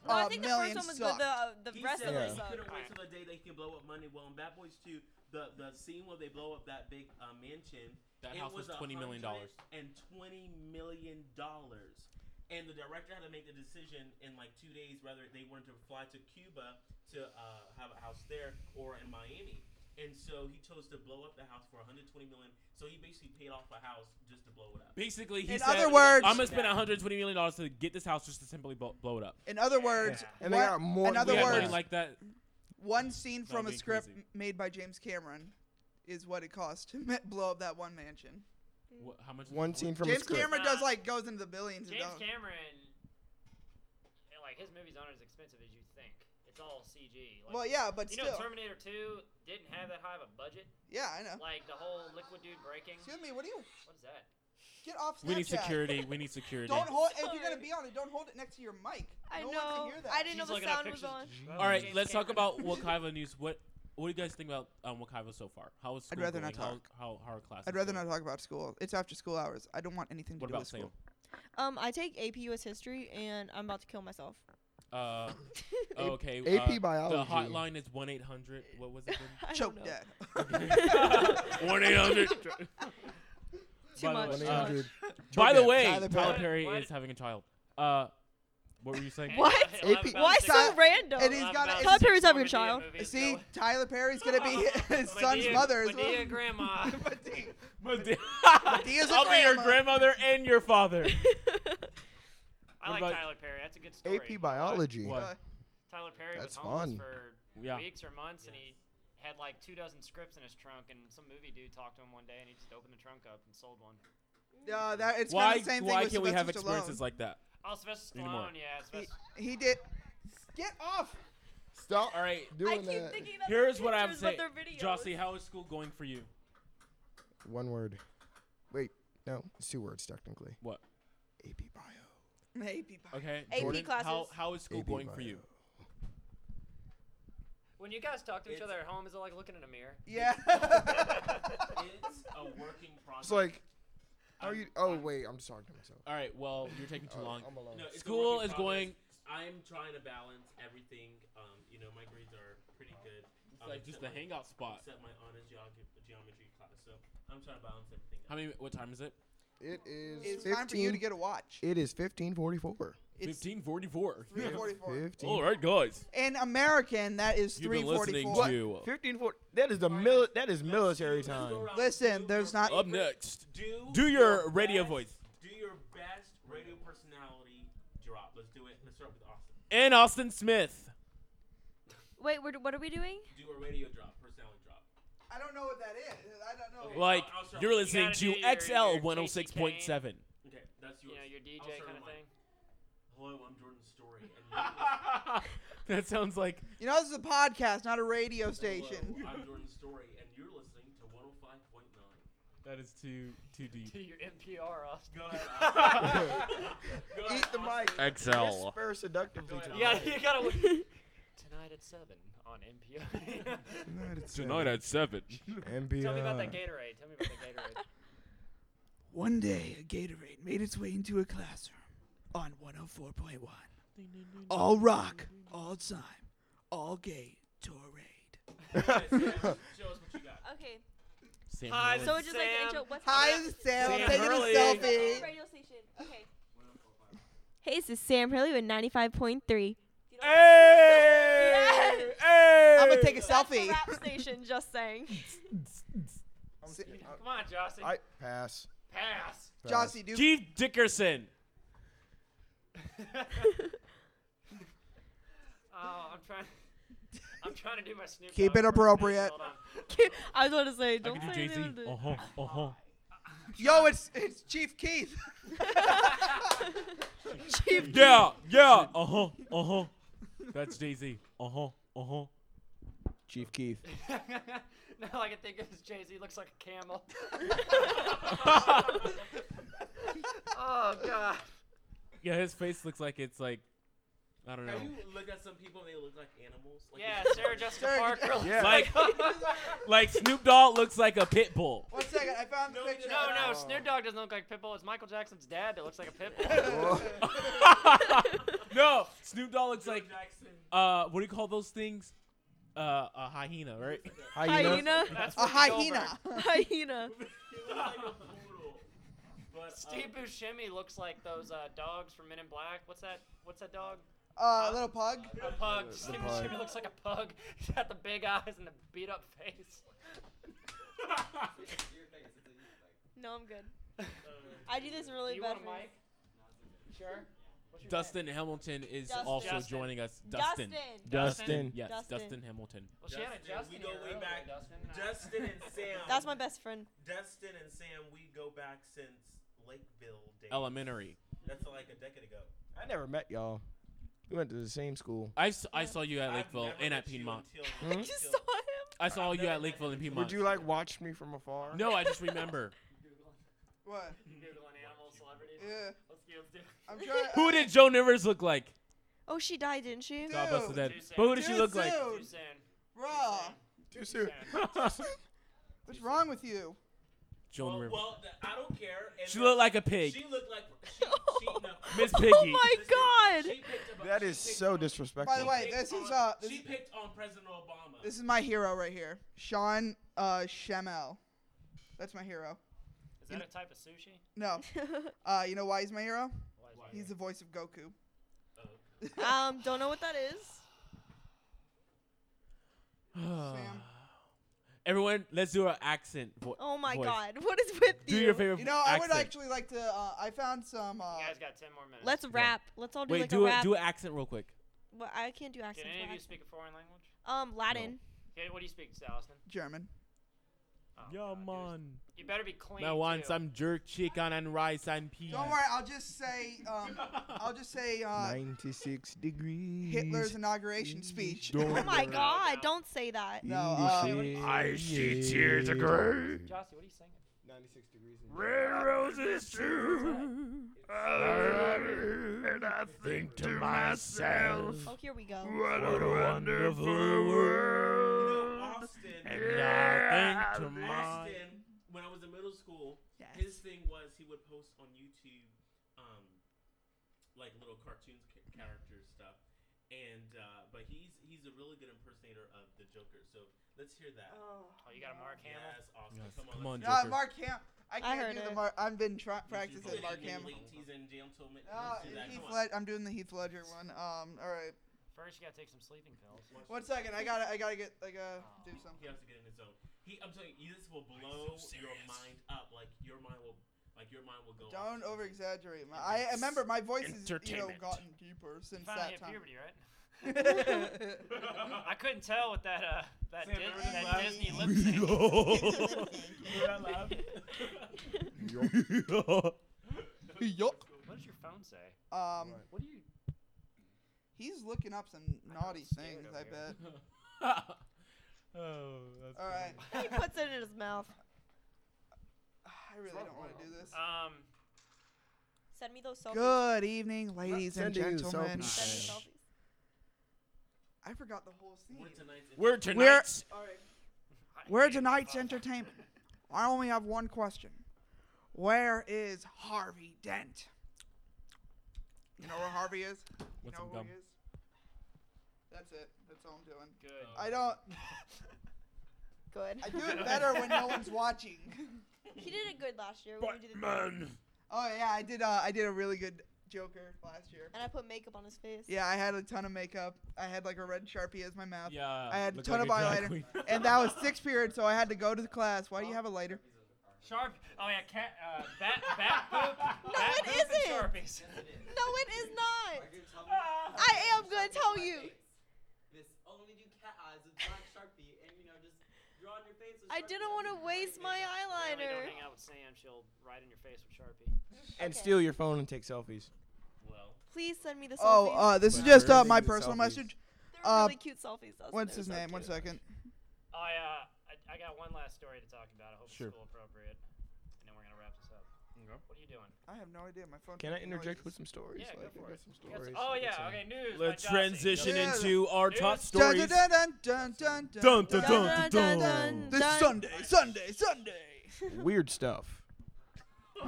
No, I uh, think the million first one was sucked. good. The, uh, the He rest said of Yeah. it that he sucked. couldn't wait till the day they can blow up money. Well, in Bad Boys 2, the the scene where they blow up that big uh, mansion. That it house was twenty million dollars. And twenty million dollars. And the director had to make the decision in like two days whether they wanted to fly to Cuba to uh, have a house there or in Miami. And so he chose to blow up the house for 120 million. So he basically paid off a house just to blow it up. Basically, he In said, other words- "I'm gonna spend 120 million dollars to get this house just to simply blow, blow it up." In other words, Yeah. And they one- got more. in other We had words- money like that. one scene from a being script crazy. m- made by James Cameron is what it cost to ma- blow up that one mansion. What, how much? one scene from a James script. Cameron Nah. does like goes into the billions of James dollars. Cameron, eh, like his movies aren't as expensive as you think. It's all CG. Like, Well, yeah, but you still, know, Terminator 2 didn't have that high of a budget. yeah, I know. Like the whole liquid dude breaking. Excuse me, what do you What is that? get off Snapchat? We need security. We need security. Don't hold. If you're Sorry. gonna be on it, don't hold it next to your mic. I no know. one can hear that. I She's didn't know the looking up sound was pictures. on. All right, Oh, James let's talk Cameron. about Wakaiva news. What what do you guys think about um, Wakaiva so far? How is I'd school rather going? not How- talk. How, how, are classes? I'd rather going? not talk about school. It's after school hours. I don't want anything to What do about with Sam? school. Um, I take AP US History, and I'm about to kill myself. Uh, okay. AP uh, the biology. hotline is one eight hundred. What was it? I Choke don't know. dead. One eight hundred. Too By the much. way, too 1-800. much. By the way, Tyler Tyler Perry. Perry What? is having a child. Uh, what were you saying? And, What? uh, it'll have AP about Why six- so Tyler- random? and he's it'll have got a- about Tyler six Perry's having a Medea child. movies See, going. Tyler Perry's gonna be his son's Medea- mother. as Medea well. grandma. Medea. Medea's Medea's a I'll be your grandma. Uh, grandmother and your father. I like about- Tyler Perry. That's a good story. AP biology. What? Uh, Tyler Perry That's was homeless fun. for Yeah. weeks or months, and he had like two dozen scripts in his trunk. And some movie dude talked to him one day, and he just opened the trunk up and sold one. Uh, that it's kind Why? of the same thing Why with can't we have Sylvester experiences Stallone. like that? Oh, Sylvester Need more. Stallone. Yeah, Sylvester. he, he did. Get off. Stop All right. doing I keep that. thinking that Here's what I would pictures, but say. they're videos. Jossie, how is school going for you? One word. Wait, no, it's two words technically. What? AP bio. Maybe. Okay. AP Jordan, How, classes. how is school AP going bio. for you? When you guys talk to each It's- other at home, is it like looking in a mirror? Yeah. It's a working process. It's like, how are you? Oh wait, I'm just talking to myself. All right. Well, you're taking too Uh, long. I'm alone. No, it's a School work in is progress. going. I'm trying to balance everything. Um, you know, my grades are pretty good. It's like just the hangout spot. Except my honors geog- geometry class, so I'm trying to balance everything. How out. many? What time is it? It is. It's 15, time for you to get a watch. It is fifteen forty four. It's Fifteen forty-four. 344. All right, guys. In American, that is You've been listening 344. to Fifteen forty. That is the Alright, mil. guys, That is let's military do- let's time. go around. Listen, Do there's your not- up favorite- next. Do Do your radio best- voice. Do your best radio personality drop. Let's do it. Let's start with Austin. And Austin Smith. Wait, we're, what are we doing? Do a radio drop, personality drop. I don't know what that is. I don't know. Okay. Like I'll- I'll start. you're You listening gotta do your- to your XL JC one hundred six point seven. Okay, that's You yours. know, your I'll DJ start kind of with mine. thing. Hello, I'm Jordan Story. And That sounds like You know, this is a podcast, not a radio you're listening- station. Hello, I'm Jordan Story, and you're listening to 105.9. that is too too deep. Do your NPR, Austin. Go ahead. Austin. Go ahead, Eat the Austin. mic. XL. Whisper seductively. Go to ahead. the Yeah, mic. you gotta. Tonight at seven on NPR. Tonight at seven. MBI. Tell me about that Gatorade. Tell me about that Gatorade. One day, a Gatorade made its way into a classroom on 104.1. All rock, all time, all gay, Gatorade. Show us what you got. Okay. Sam Hi, Howell. So it's just like the Sam. intro. What's Hi, up? this is Sam. Sam I'm taking Hurley. a selfie. Radio station. Okay. Hey, this is Sam Hurley with 95.3. Hey! Yes! Hey! I'm gonna take a That's the selfie. rap station, just saying. Si- Come on, Justin. Uh, I pass. Pass. Pass. Jossie, do Steve Dickerson. Oh, I'm trying. I'm trying to do my Snoop. Keep Dogg it impersonation. appropriate. Hold on. I was going to say, don't I say could do anything JC. Uh-huh. with it. Uh huh. Uh huh. yo, it's it's Chief Keith. Yeah. Yeah. Uh huh. Uh huh. That's Jay Z. Uh huh. Uh huh. Chief Keith. now I can think of this Jay Z looks like a camel. oh god. Yeah, his face looks like it's like, I don't know. Have you looked at some people and they look like animals? Like Yeah, it's- Sarah Jessica Sarah- Parker. looks Yeah. Like, no, Like Snoop Dogg looks like a pit bull. One second, I found the No, picture. Oh, Oh. no, Snoop Dogg doesn't look like Pitbull. It's Michael Jackson's dad that looks like a Pitbull. no, Snoop Dogg looks Joe like Jackson. uh, what do you call those things? Uh, a hyena, right? Hyena. That's A Whoopi hyena. Goldberg. Hyena. He looks like a poodle. But, Steve uh, Buscemi looks like those uh, dogs from Men in Black. What's that? What's that dog? Uh, a little pug. A pug. Steve pug. Buscemi looks like a pug. He's got the big eyes and the beat up face. No, I'm good. I do this really you bad. want a mic? Sure. What's your Dustin Hamilton is Dustin. also Justin. joining us. Dustin. Dustin. Dustin. Yes, Dustin. Dustin. Hamilton. Name? Well, she had a Justin. Justin, we go here way earlier, back. Dustin, and I- Dustin and Sam. That's my best friend. Dustin and Sam, we go back since Lakeville days. Elementary. That's like a decade ago. I never met y'all. We went to the same school. I, s- I saw you at I've Lakeville never and at met you Piedmont. until- Hmm? I I just until- saw him. I saw I've you never at met Lakeville and you. Piedmont. Would you like watch me from afar? No, I just remember. What? Googling animal celebrities. Yeah. Let's see, let's do it. I'm trying. Who did Joan Rivers look like? Oh, she died, didn't she? God bless the Dude. dead. Too soon. But who did she Too look like? soon. Too soon. Bruh, Too soon. what's wrong with you? Joan Well, Rivers. well, th- I don't care. And She looked like a pig. She looked like. She, she, no. Miss Oh Piggy. my Listen, God. she picked up- That she is picked so on- disrespectful. By the way, picked this is on- uh, this, she picked on President Obama. this is my hero right here, Sean uh Shamel. That's my hero. Is that a type of sushi? No, uh, you know why he's my hero? Why is Why? that? He's the voice of Goku. um, don't know what that is. Uh, Sam. Everyone, let's do our accent. Vo- Oh my voice. God, what is with Do you? your favorite You know, I would accent. actually like to. Uh, I found some. Uh, You guys got 10 more minutes. Let's rap. Let's all do Wait, like do a a, rap. do an accent real quick. Well, I can't do Can accents. any of but you I- speak a foreign language? Um, Latin. Okay, what do you speak, Allison? German. Oh, God, dude. You better be clean. I want too. some jerk chicken and rice and peas. Don't worry, I'll just say. Um, I'll just say uh, 96 degrees. Hitler's inauguration speech. Don't Oh my No, God, no. don't say that. No, uh, I see tears of Jossie, what are you singing? 96 degrees. roses too. And I think to myself, Oh, here we go. what a wonderful world. Austin. And I I think think to my- Austin, when I was in middle school, Yes. his thing was he would post on YouTube, um, like little cartoons ca- character stuff, and uh, but he's he's a really good impersonator of the Joker. So Let's hear that. Oh, you got a Mark Hamill? Yes, Oscar. Yes, Come on. come on, let's hear Nah, Joker. Mark Ham. I can't heard do the it. Mark. I've been tra- it. practicing He's Mark in Hamill. late teens in jail till mid- Uh, let's do that. Heath Come on. Led- I'm doing the Heath Ledger one. Um, all right. First, you gotta take some sleeping pills. One second. I gotta. I gotta get. I gotta Oh. do something. He has to get in his zone. He, I'm telling you, this will blow your mind up. Like your mind will, like your mind will go. Don't off. over exaggerate. My, I remember my voice has you know Entertainment. gotten deeper since You finally that hit time. puberty, right? I I couldn't tell with that uh that, Sam, Dis- everybody that laugh. Disney lip sync. Yup. What does your phone say? Um, What do you? he's looking up some I know, naughty it's scared things. over I here. bet. oh, that's All right. he puts it in his mouth. I really don't want to do this. Um, Send me those selfies. Uh, Good evening, ladies and sending you gentlemen. selfies. Send me selfies. I forgot the whole scene. We're tonight's We're tonight's All right. I We're hate tonight's myself. entertainment. I only have one question. Where is Harvey Dent? You know where Harvey is? You What's know some who gum? he is? That's it. That's all I'm doing. Good. Oh. I don't. Good. I do it better when no one's watching. he did it good last year. When we did the Batman. Oh yeah, I did. Uh, I did a really good Joker last year. and I put makeup on his face. Yeah, I had a ton of makeup. I had like a red sharpie as my mouth, Yeah. I had a look ton like of a drag eyeliner. queen. and that was sixth period, so I had to go to the class. Why do you have a lighter? Sharp. Oh yeah, cat. Uh, bat. Bat poop. No, bat it poop and Sharpies. No, it is not. Ah. I am gonna tell you. This only do cat eyes with black sharpie and you know just draw on your face. With I didn't want to waste my Apparently eyeliner. Don't hang out with Sam. She'll write in your face with Sharpie. and Okay. steal your phone and take selfies. well. Please send me the selfies. Oh, uh, this is Wow. just uh, Everything my is personal selfies. message. They're uh, really cute selfies. Those What's his those are name? One cute. second. I uh, I, I got one last story to talk about. I hope Sure. it's school appropriate, and then we're gonna wrap this up. What are you doing? I have no idea. My phone. Can I noises. interject with some stories? Yeah, go Like, I for got it. some You got stories. s- oh I got yeah. some- Okay, news. by Let's Jossie. transition Yeah. into our top Dude. Dun, dun, stories. dun, dun, dun, dun, Dun, dun, dun. dun, Dun, dun, dun, dun. dun, This dun. Sunday, Sunday, Sunday. Weird stuff.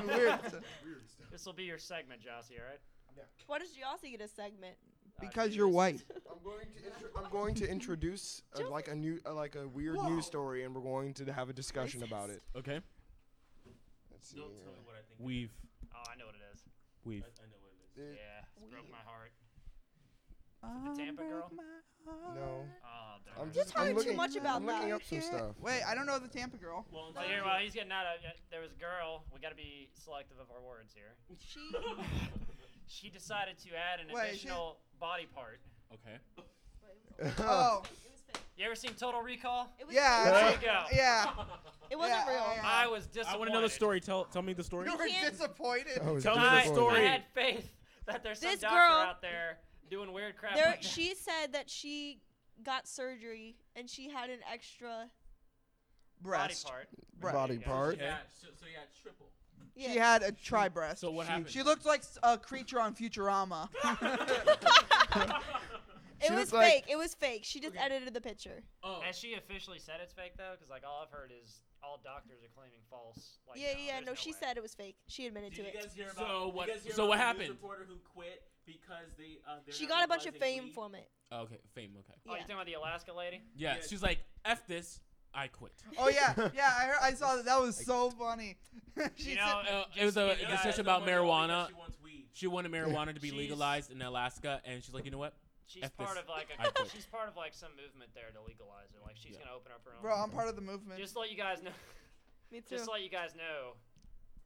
Weird. This will be your segment, Jossie. All right. Why does Jossie get a segment? Because you're white. I'm going to intro- I'm going to introduce uh like a new uh, like a weird news story, and we're going to have a discussion about it. Okay. Let's see. Don't tell me what I think. We've Oh, I know what it is. we've I, I know what it is. It- Yeah, it's broke my heart. The Tampa girl? no, Oh, darn. I'm it. just talking I'm too looking, much about I'm looking that. up some stuff. Wait, I don't know the Tampa girl. Well, Well, here, while he's getting out of, uh, there was a girl. We got to be selective of our words here. She. She decided to add an Wait, she- additional body part. okay. Oh, You ever seen Total Recall? It was yeah. There I you see- go. Oh, Yeah. It wasn't Yeah, real. I- I was disappointed. I want another story. Tell tell me the story. You were can't- disappointed. I was Tell me the I, disappointed. story. I had faith that there's some This doctor girl- out there doing weird crap. there, like that. she said that she got surgery and she had an extra. body Breast. part. Breast. Body Yeah. part. Yeah. So, so yeah, triple. Yeah. She had a tri breast. So what happened? She looked like s- a creature on Futurama. it She was looked like- fake. It was fake. She just edited the picture. Oh. Has she officially said it's fake though? Because like all I've heard is all doctors are claiming false. Like, yeah, no, yeah. there's No, she way. said it was fake. She admitted to Did you it. guys hear about? So did what- You guys hear so about what the news happened? Reporter who quit because they. Uh, they're she not got a bunch of legalizing fame weed? from it. Okay, fame. Okay. Oh, Yeah. you're talking about the Alaska lady? Yeah, Yeah. she's like, f this. I quit. oh yeah, yeah. I, heard, I saw that. That was so funny. she You know, said, Uh, just it was a speaking Yeah, of- discussion the about one girl marijuana. because She wants weed. She wanted marijuana to be She's- legalized in Alaska, and she's like, you know what? She's F part this. of like I a quit. she's part of like some movement there to legalize it. Like she's Yeah. gonna open up her own. bro, I'm part of the movement. Just to let you guys know. Me too. Just to let you guys know.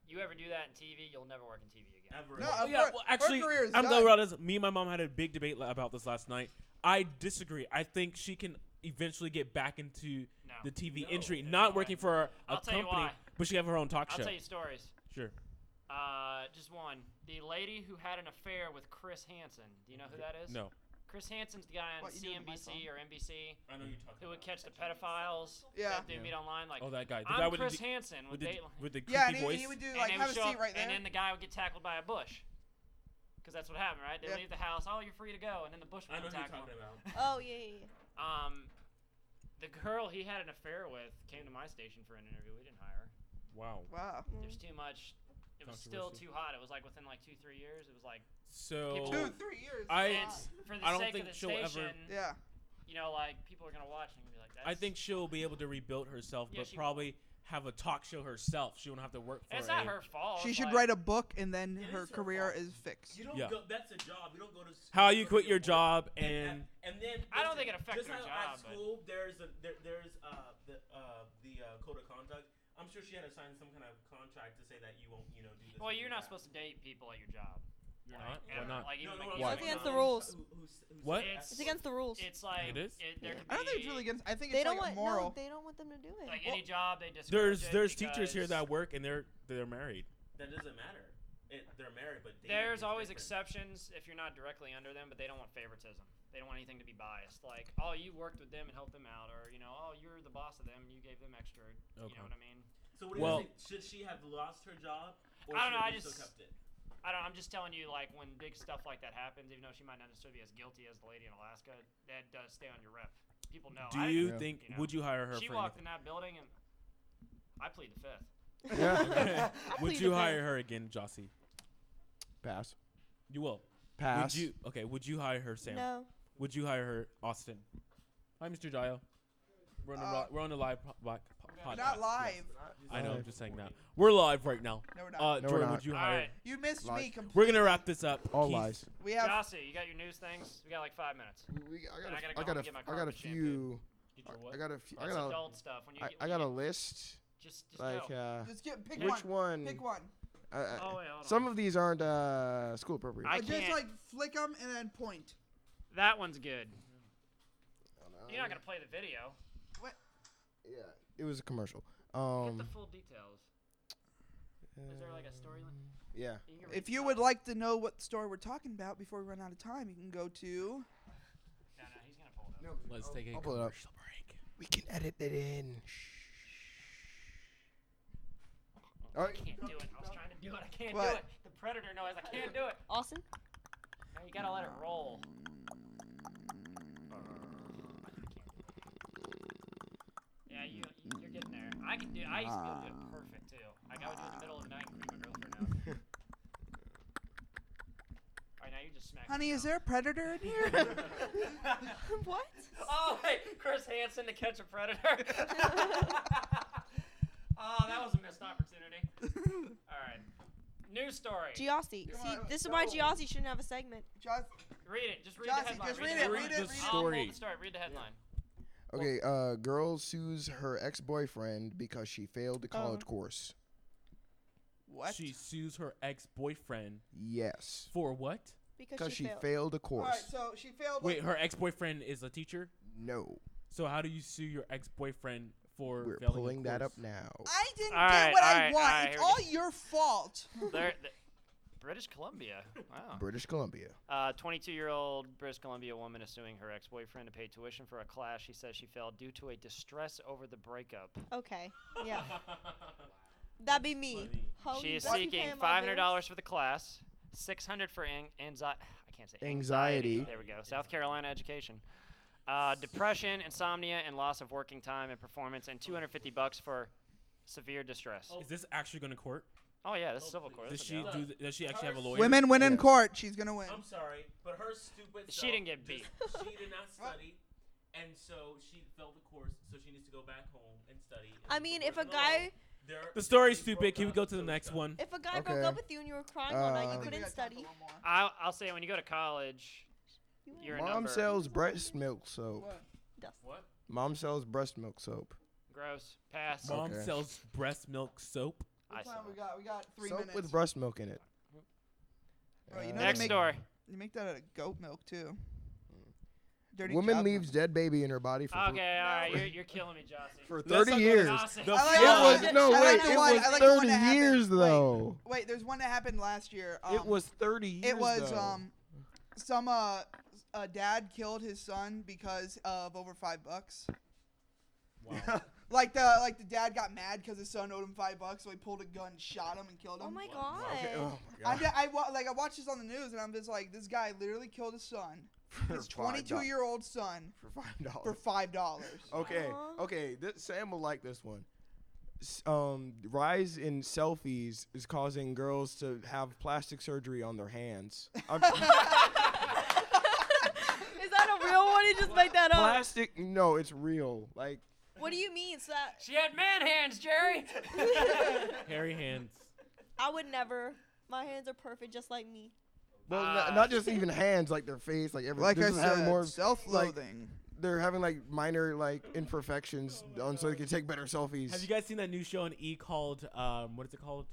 You ever do that in TV, you'll never work in TV again. Ever. No, I'm- yeah, Uh, Her- well, her actually, career is I'm done. glad we're on this. Me and my mom had a big debate li- about this last night. I disagree. I think she can eventually get back into No. the TV No, industry, there's not no way. working for a I'll tell you company, why. but she have her own talk I'll show. tell you stories. Sure. Uh, just one. The lady who had an affair with Chris Hansen. Do you know who that is? No. Chris Hansen's the guy on What, you doing with my CNBC or NBC I know you're talking. who would about. catch the pedophiles Yeah. that they Yeah. meet online. Like, Oh, that guy. The guy I'm with the, Chris de- Hansen with with the, Dateline. with the creepy yeah, and he, voice. he would do And like they have a would show seat up, right there. And then the guy would get tackled by a bush. Because that's what happened, right? They Yeah. leave the house. Oh, you're free to go. And then the bush I would know who you're tackle talking him. about. oh yeah, yeah, yeah. Um, the girl he had an affair with came to my station for an interview. We didn't hire her. wow. wow. There's too much. It was still too Controversial. hot. It was like within like two, three years. It was like So Two, three years. Wow. I- Oh. it's for the I don't sake think of the she'll ever- station. yeah. you know, like people are gonna watch and be like, That's, I think she'll be able to rebuild herself, Yeah, but she- probably have a talk show herself. She won't have to work for it's a- not her fault. She should like- write a book and then It her is her career fault. is fixed. You don't Yeah. go. That's a job. You don't go to. s- How go you to quit be a your lawyer. job and and and then I don't listen, think it affects just her how job, At but- school, there's a there, there's uh the uh the uh, code of conduct. I'm sure she had to sign some kind of contract to say that you won't you know do this. Well, and do you're not that. supposed to date people at your job. You're Like, not? Why ever. not? Like, No, even no, like- no, It's no, Why? against no, the no, no. rules. Who- who's- who's- What? It's- It's against the rules. It's like It is? It, there Yeah. could I don't think it's be- really against. I think they it's don't like want moral. no. They don't want them to do it. Like Well, any job, they discourage there's it there's teachers here because that work and they're they're married. That doesn't matter. It, they're married, but dating There's is always different. exceptions if you're not directly under them, but they don't want favoritism. They don't want anything to be biased. Like, oh, you worked with them and helped them out, or you know, oh, you're the boss of them, you gave them extra. You Okay. know what I mean? So what do Well- you think? Should she have lost her job? Or I don't should know, I have still just- kept it. I don't. I'm just telling you, like when big stuff like that happens, even though she might not necessarily be as guilty as the lady in Alaska, that does stay on your rep. People know. Do I- you Yeah. think you know, would you hire her She for walked in that building, and I plead the fifth. Yeah. anything? would plead you the hire her again, Jossie? Pass. You will. Pass. Would you okay, would you hire her, Sam? No. Would you hire her, Austin? Hi, Mr. Dio. We're on a, Uh, li- we're on a live po- po- po- We're podcast. not live. I know, I'm Live. just saying that. We're live right now. No, we're not. Uh, No, we're Jordan, not. would you All hire? right, you missed me lies. completely. We're gonna wrap this up. All Keith, lies. We have. Jossie, you got your news things. We got like five minutes. We, I And I got. gotta a- go I got. home a and get my f- I got a garbage in, few. Did you what? I got a. few- I That's got a. adult stuff. When you, I, get- I when got you a list. get- just, just Like, go. uh, Just get pick which one. one? uh, Pick one. I- I- oh wait, hold on. some of these aren't uh, school appropriate. I Or just can't- like flick them and then point. that one's good. don't know. You're not gonna play the video. Yeah, it was a commercial. Get Um. the full details. Is there like a storyline? Yeah. You can read If you about would it. like to know what story we're talking about before we run out of time, you can go to. No, no, he's gonna pull it up. Let's take a I'll pull it up. commercial break. We can edit that in. All I right. can't do it. I was trying to do it. I can't do What? it. The predator noise. I can't do it. Austin. No, you gotta let it roll. Yeah, you, you- you're getting there. I can do. I used to be able to do it perfect too. Like I would do it in the middle of the night and creep a girl for an hour. Alright, now you just smack. Honey, is there a predator in here? what? Oh, hey, Chris Hansen to catch a predator. oh, that was a missed opportunity. All right, news story. Giossi. Come See, on, this is why go. Giossi shouldn't have a segment. Just read it. Just read Jossie, the headline. just the read it, headline. read it, I'll read it. pull Story. the story. Read the headline. Okay. Uh, girl sues her ex-boyfriend because she failed Uh-huh. the college course. what? She sues her ex-boyfriend Yes. for what? Because Because she, she, failed. failed a All course. right, so she failed. Wait, like- her ex-boyfriend is a teacher. no. So how do you sue your ex-boyfriend for We're failing a pulling that up course? now. I didn't All get right, what all I right, want. all right, it's here we all your fault. There, th- British Columbia. Ah. Wow. British Columbia. Uh, 22-year-old British Columbia woman is suing her ex-boyfriend to pay tuition for a class she says she failed due to a distress over the breakup. Okay. Yeah. That'd be me. Holy she is fuck, you seeking paying my bills? $500 for the class, 600 for an- anxiety. I can't say Anxiety. There we go. South Carolina education. Uh, depression, insomnia, and loss of working time and performance, and 250 bucks for severe distress. Is this actually going to court? Oh yeah, this is civil court. Does That's she a do? th- Does she actually have a lawyer? Women win in Yeah. court. She's gonna win. I'm sorry, but her stupid. She self didn't get just- she did not What? study, and so she failed the course. So she needs to go back home and study. and I for mean, where if a it's guy, wrong, they're- The story's they stupid. broke Can we up, go to the so next it's done. one? if a guy broke Okay. up with you and you were crying all Uh, night, I you think couldn't study. I'll, I'll say when you go to college, You wouldn't. you're a Mom number. sells breast milk soap. Dust. What? Mom sells breast milk soap. Gross. Pass. Mom Okay. sells breast milk soap. I What time saw we it. got? We got three soap minutes. with breast milk in it. Bro, you Uh, know they Next make- story. you make that out of goat milk too. Dirty Woman job. leaves dead baby in her body for Okay, all right, you're, you're killing me, Jossie. for Let's 30 not go to years. Jossie. The I like It that was one. no I wait. like the It one- was I like the one thirty that happened. years Wait. though. Wait, there's one that happened last year. Um, it was 30 years. It was though. um, some uh, a dad killed his son because of over five bucks. Wow. Like the like the dad got mad because his son owed him five bucks, so he pulled a gun, shot him, and killed him. Oh my Wow, god. Okay, oh my God. I'm ju- I wa- like I watched this on the news and I'm just like this guy literally killed his son, For his five Oh. 22 year old son, dollars- for five dollars. for five dollars. Okay, Aw. okay. This, Sam will like this one. S- um, rise in selfies is causing girls to have plastic surgery on their hands. I'm- is that a real one? He just just make that up. Plastic? No, it's real. Like What do you mean? So that She had man hands, Jerry. Hairy hands. I would never. My hands are perfect, just like me. Well, n- Ah. not, just even hands, like their face, like everything. Like They're I just having said, more self-loathing. They're having like minor like imperfections done so they can take better selfies. Have you guys seen that new show on E called um? What is it called?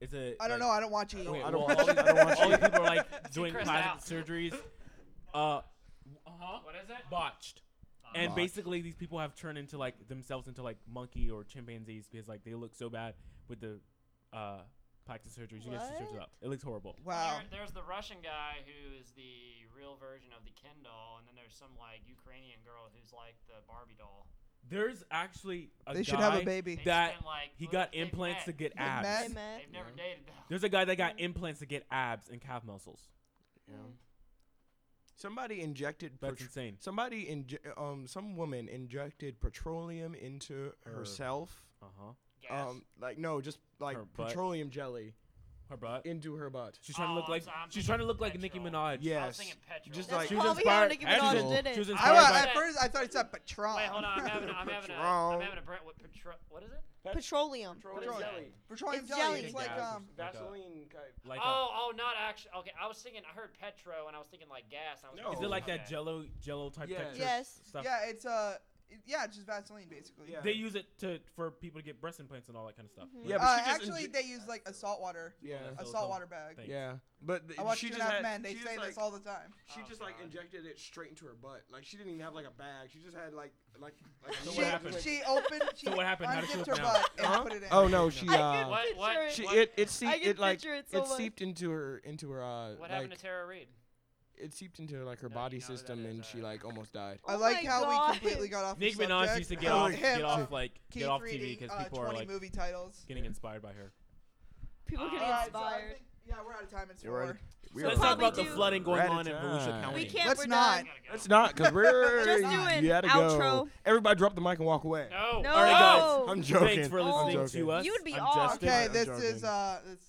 It's a. I don't know. I don't watch E. Wait, I well, don't all, watch these, it. I don't watch all these it. people are like doing Chris plastic surgeries. Uh, huh. What is it? Botched. And Botched. basically, these people have turned into like themselves into like monkey or chimpanzees because like they look so bad with the uh, plastic surgeries. You guys should search it What? up. It looks horrible. Wow. There- there's the Russian guy who is the real version of the Ken doll, and then there's some like Ukrainian girl who's like the Barbie doll. There's actually a They guy should have a baby. They that spend, like, he look, got they've implants to met. get They abs. met? Hey, man. They've never dated though. There's a guy that got implants to get abs and calf muscles. Somebody injected. That's petr- insane. somebody inje- um some woman injected petroleum into Her- herself. Uh huh. Gas. Um, like no, just like Her butt. petroleum jelly Her butt. into her butt. She's trying to Oh, look I'm like sorry, I'm she's thinking trying to look like Nicki petrol. Minaj. Yeah. I was Yes. thinking petrol. Just That's like- She was probably how inspired- Oh, Nicki actually, Minaj she was- did She was it. I, inspired wa- by at first I thought it said Patron. Wait, hold on. I'm having, I'm having, a, I'm Patron. having a Brent with Patron. What is it? Petroleum. Petroleum. Petroleum It's jelly. jelly. It's like Yeah. um. Like a- like uh, oh, oh, not actually. Okay, I was thinking. I heard Petro, and I was thinking like gas. I was No. a, thinking, is it like Oh. okay. that Jello Jello type Yes. texture Yes. stuff? Yeah, it's uh. it- Yeah, it's just Vaseline basically. Yeah. They use it to for people to get breast implants and all that kind of stuff. Mhm. Yeah, but Uh, she just actually, inje- they use like a salt water, yeah, that's a Silicone salt water bag. thing. yeah. But th- I watch she Two and just a Half had- Men. They she say just, this like- all the time. She Oh, just like God. injected it straight into her butt. Like she didn't even have like a bag. She just had like like like. So she, what happened? She opened. She what happened? How did she unzipped look her now? butt Huh? and put it in. Oh no, she I can uh, What- picture what- it. she what- it it I seeped can it like picture it so it much. seeped into her into her uh What happened like to Tara Reid? it seeped into like her No, body you know who that system is, and uh, she like almost died. I Oh like my how God. we completely got off. Nicki the Minaj subject. used to get Oh, off him, get uh, off like Keep get off TV reading, because uh, people 20 are like movie titles. Uh, getting inspired by her. People getting Alright, so I inspired. think- yeah, we're out of time. It's Yeah, we're out four. of- So We let's are talk probably about the do- flooding going Right on in at Volusia time. County. we can't. Let's we're not. done. Gotta go. It's not because we're Just do an you had to outro. go. Everybody drop the mic and walk away. No. No. All right, guys. I'm joking. Thanks for Oh. listening I'm joking. to us. You'd be I'm off. Justin. Okay, I'm this joking. is uh, this,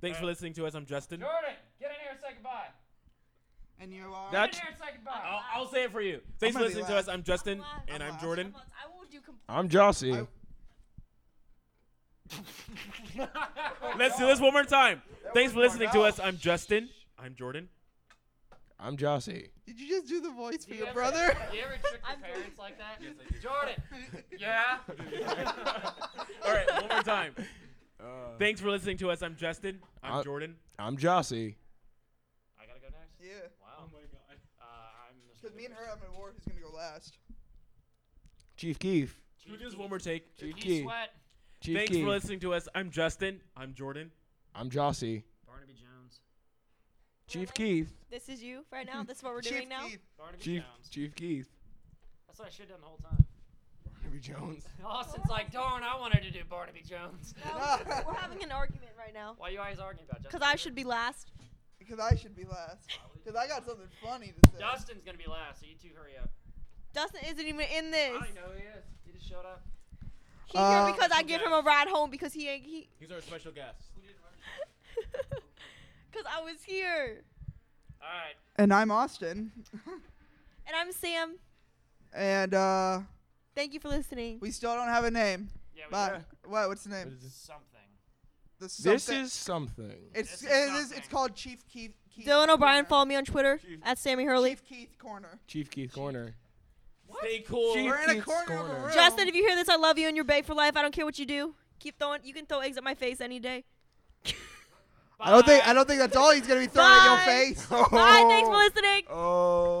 Thanks for listening to us. I'm Justin. Jordan, get in here and say goodbye. and you are. Get in That's here and say I'll, goodbye. I'll say it for you. Thanks for gonna be listening to last. us. I'm Justin I'm and I'm I'm last. Jordan. I will do completely. I'm Jossie. oh. Let's do this one more time. Thanks for listening to us. I'm Justin. I'm Jordan. I'm Jossie. Did you just do the voice for Do you your ever- brother? Do you ever trick your I'm Jordan. parents like that? Jordan. Yeah. All right, one more time. Uh, Thanks for listening to us. I'm Justin. I'm I- Jordan. I'm Jossie. I gotta go next. yeah. Wow. my god. Uh, I'm. just Because gonna me and go her first. have a war who's gonna go last. Chief Keef. Can we do this one more take? Keith Keith. Sweat. Chief Thanks Keef. for listening to us. I'm Justin. I'm Jordan. I'm Jossie. Barnaby Jones. Chief Really? Keith. This is you right now. This is what we're Chief doing now. Keef. Barnaby Chief Jones. Chief Keith. That's what I should have done the whole time. Henry Jones. Oh, Austin's like, darn, I wanted to do Barnaby Jones. No, we're having an argument right now. Why you always arguing about Justin? Cause I Bieber? should be last. Because I should be last. Because I got something funny to say. Justin's gonna be last, so you two hurry up. Dustin isn't even in this. I don't know who he is. He just showed up. He's Uh, here because I give him a ride home because he ain't he. He's our special guest. Cause I was here. All right. And I'm Austin. And I'm Sam. and uh, Thank you for listening. we still don't have a name. Oh, Yeah. We But what? What's the What name? is did this? something. The This something- is something. It's This is it is, it's something. called Chief Keith. Keith Dylan O'Brien, Corner. follow me on Twitter Chief- at Sammy Hurley. Chief Keith Corner. Chief Keith Corner. Stay cool. Chief We're in a Keith's corner, of a corner. room. Justin, if you hear this, I love you and you're baked for life. I don't care what you do. Keep throwing. You can throw eggs at my face any day. I don't think I don't think that's all he's gonna be throwing at Bye. your face. Oh. Bye. Thanks for listening. Oh.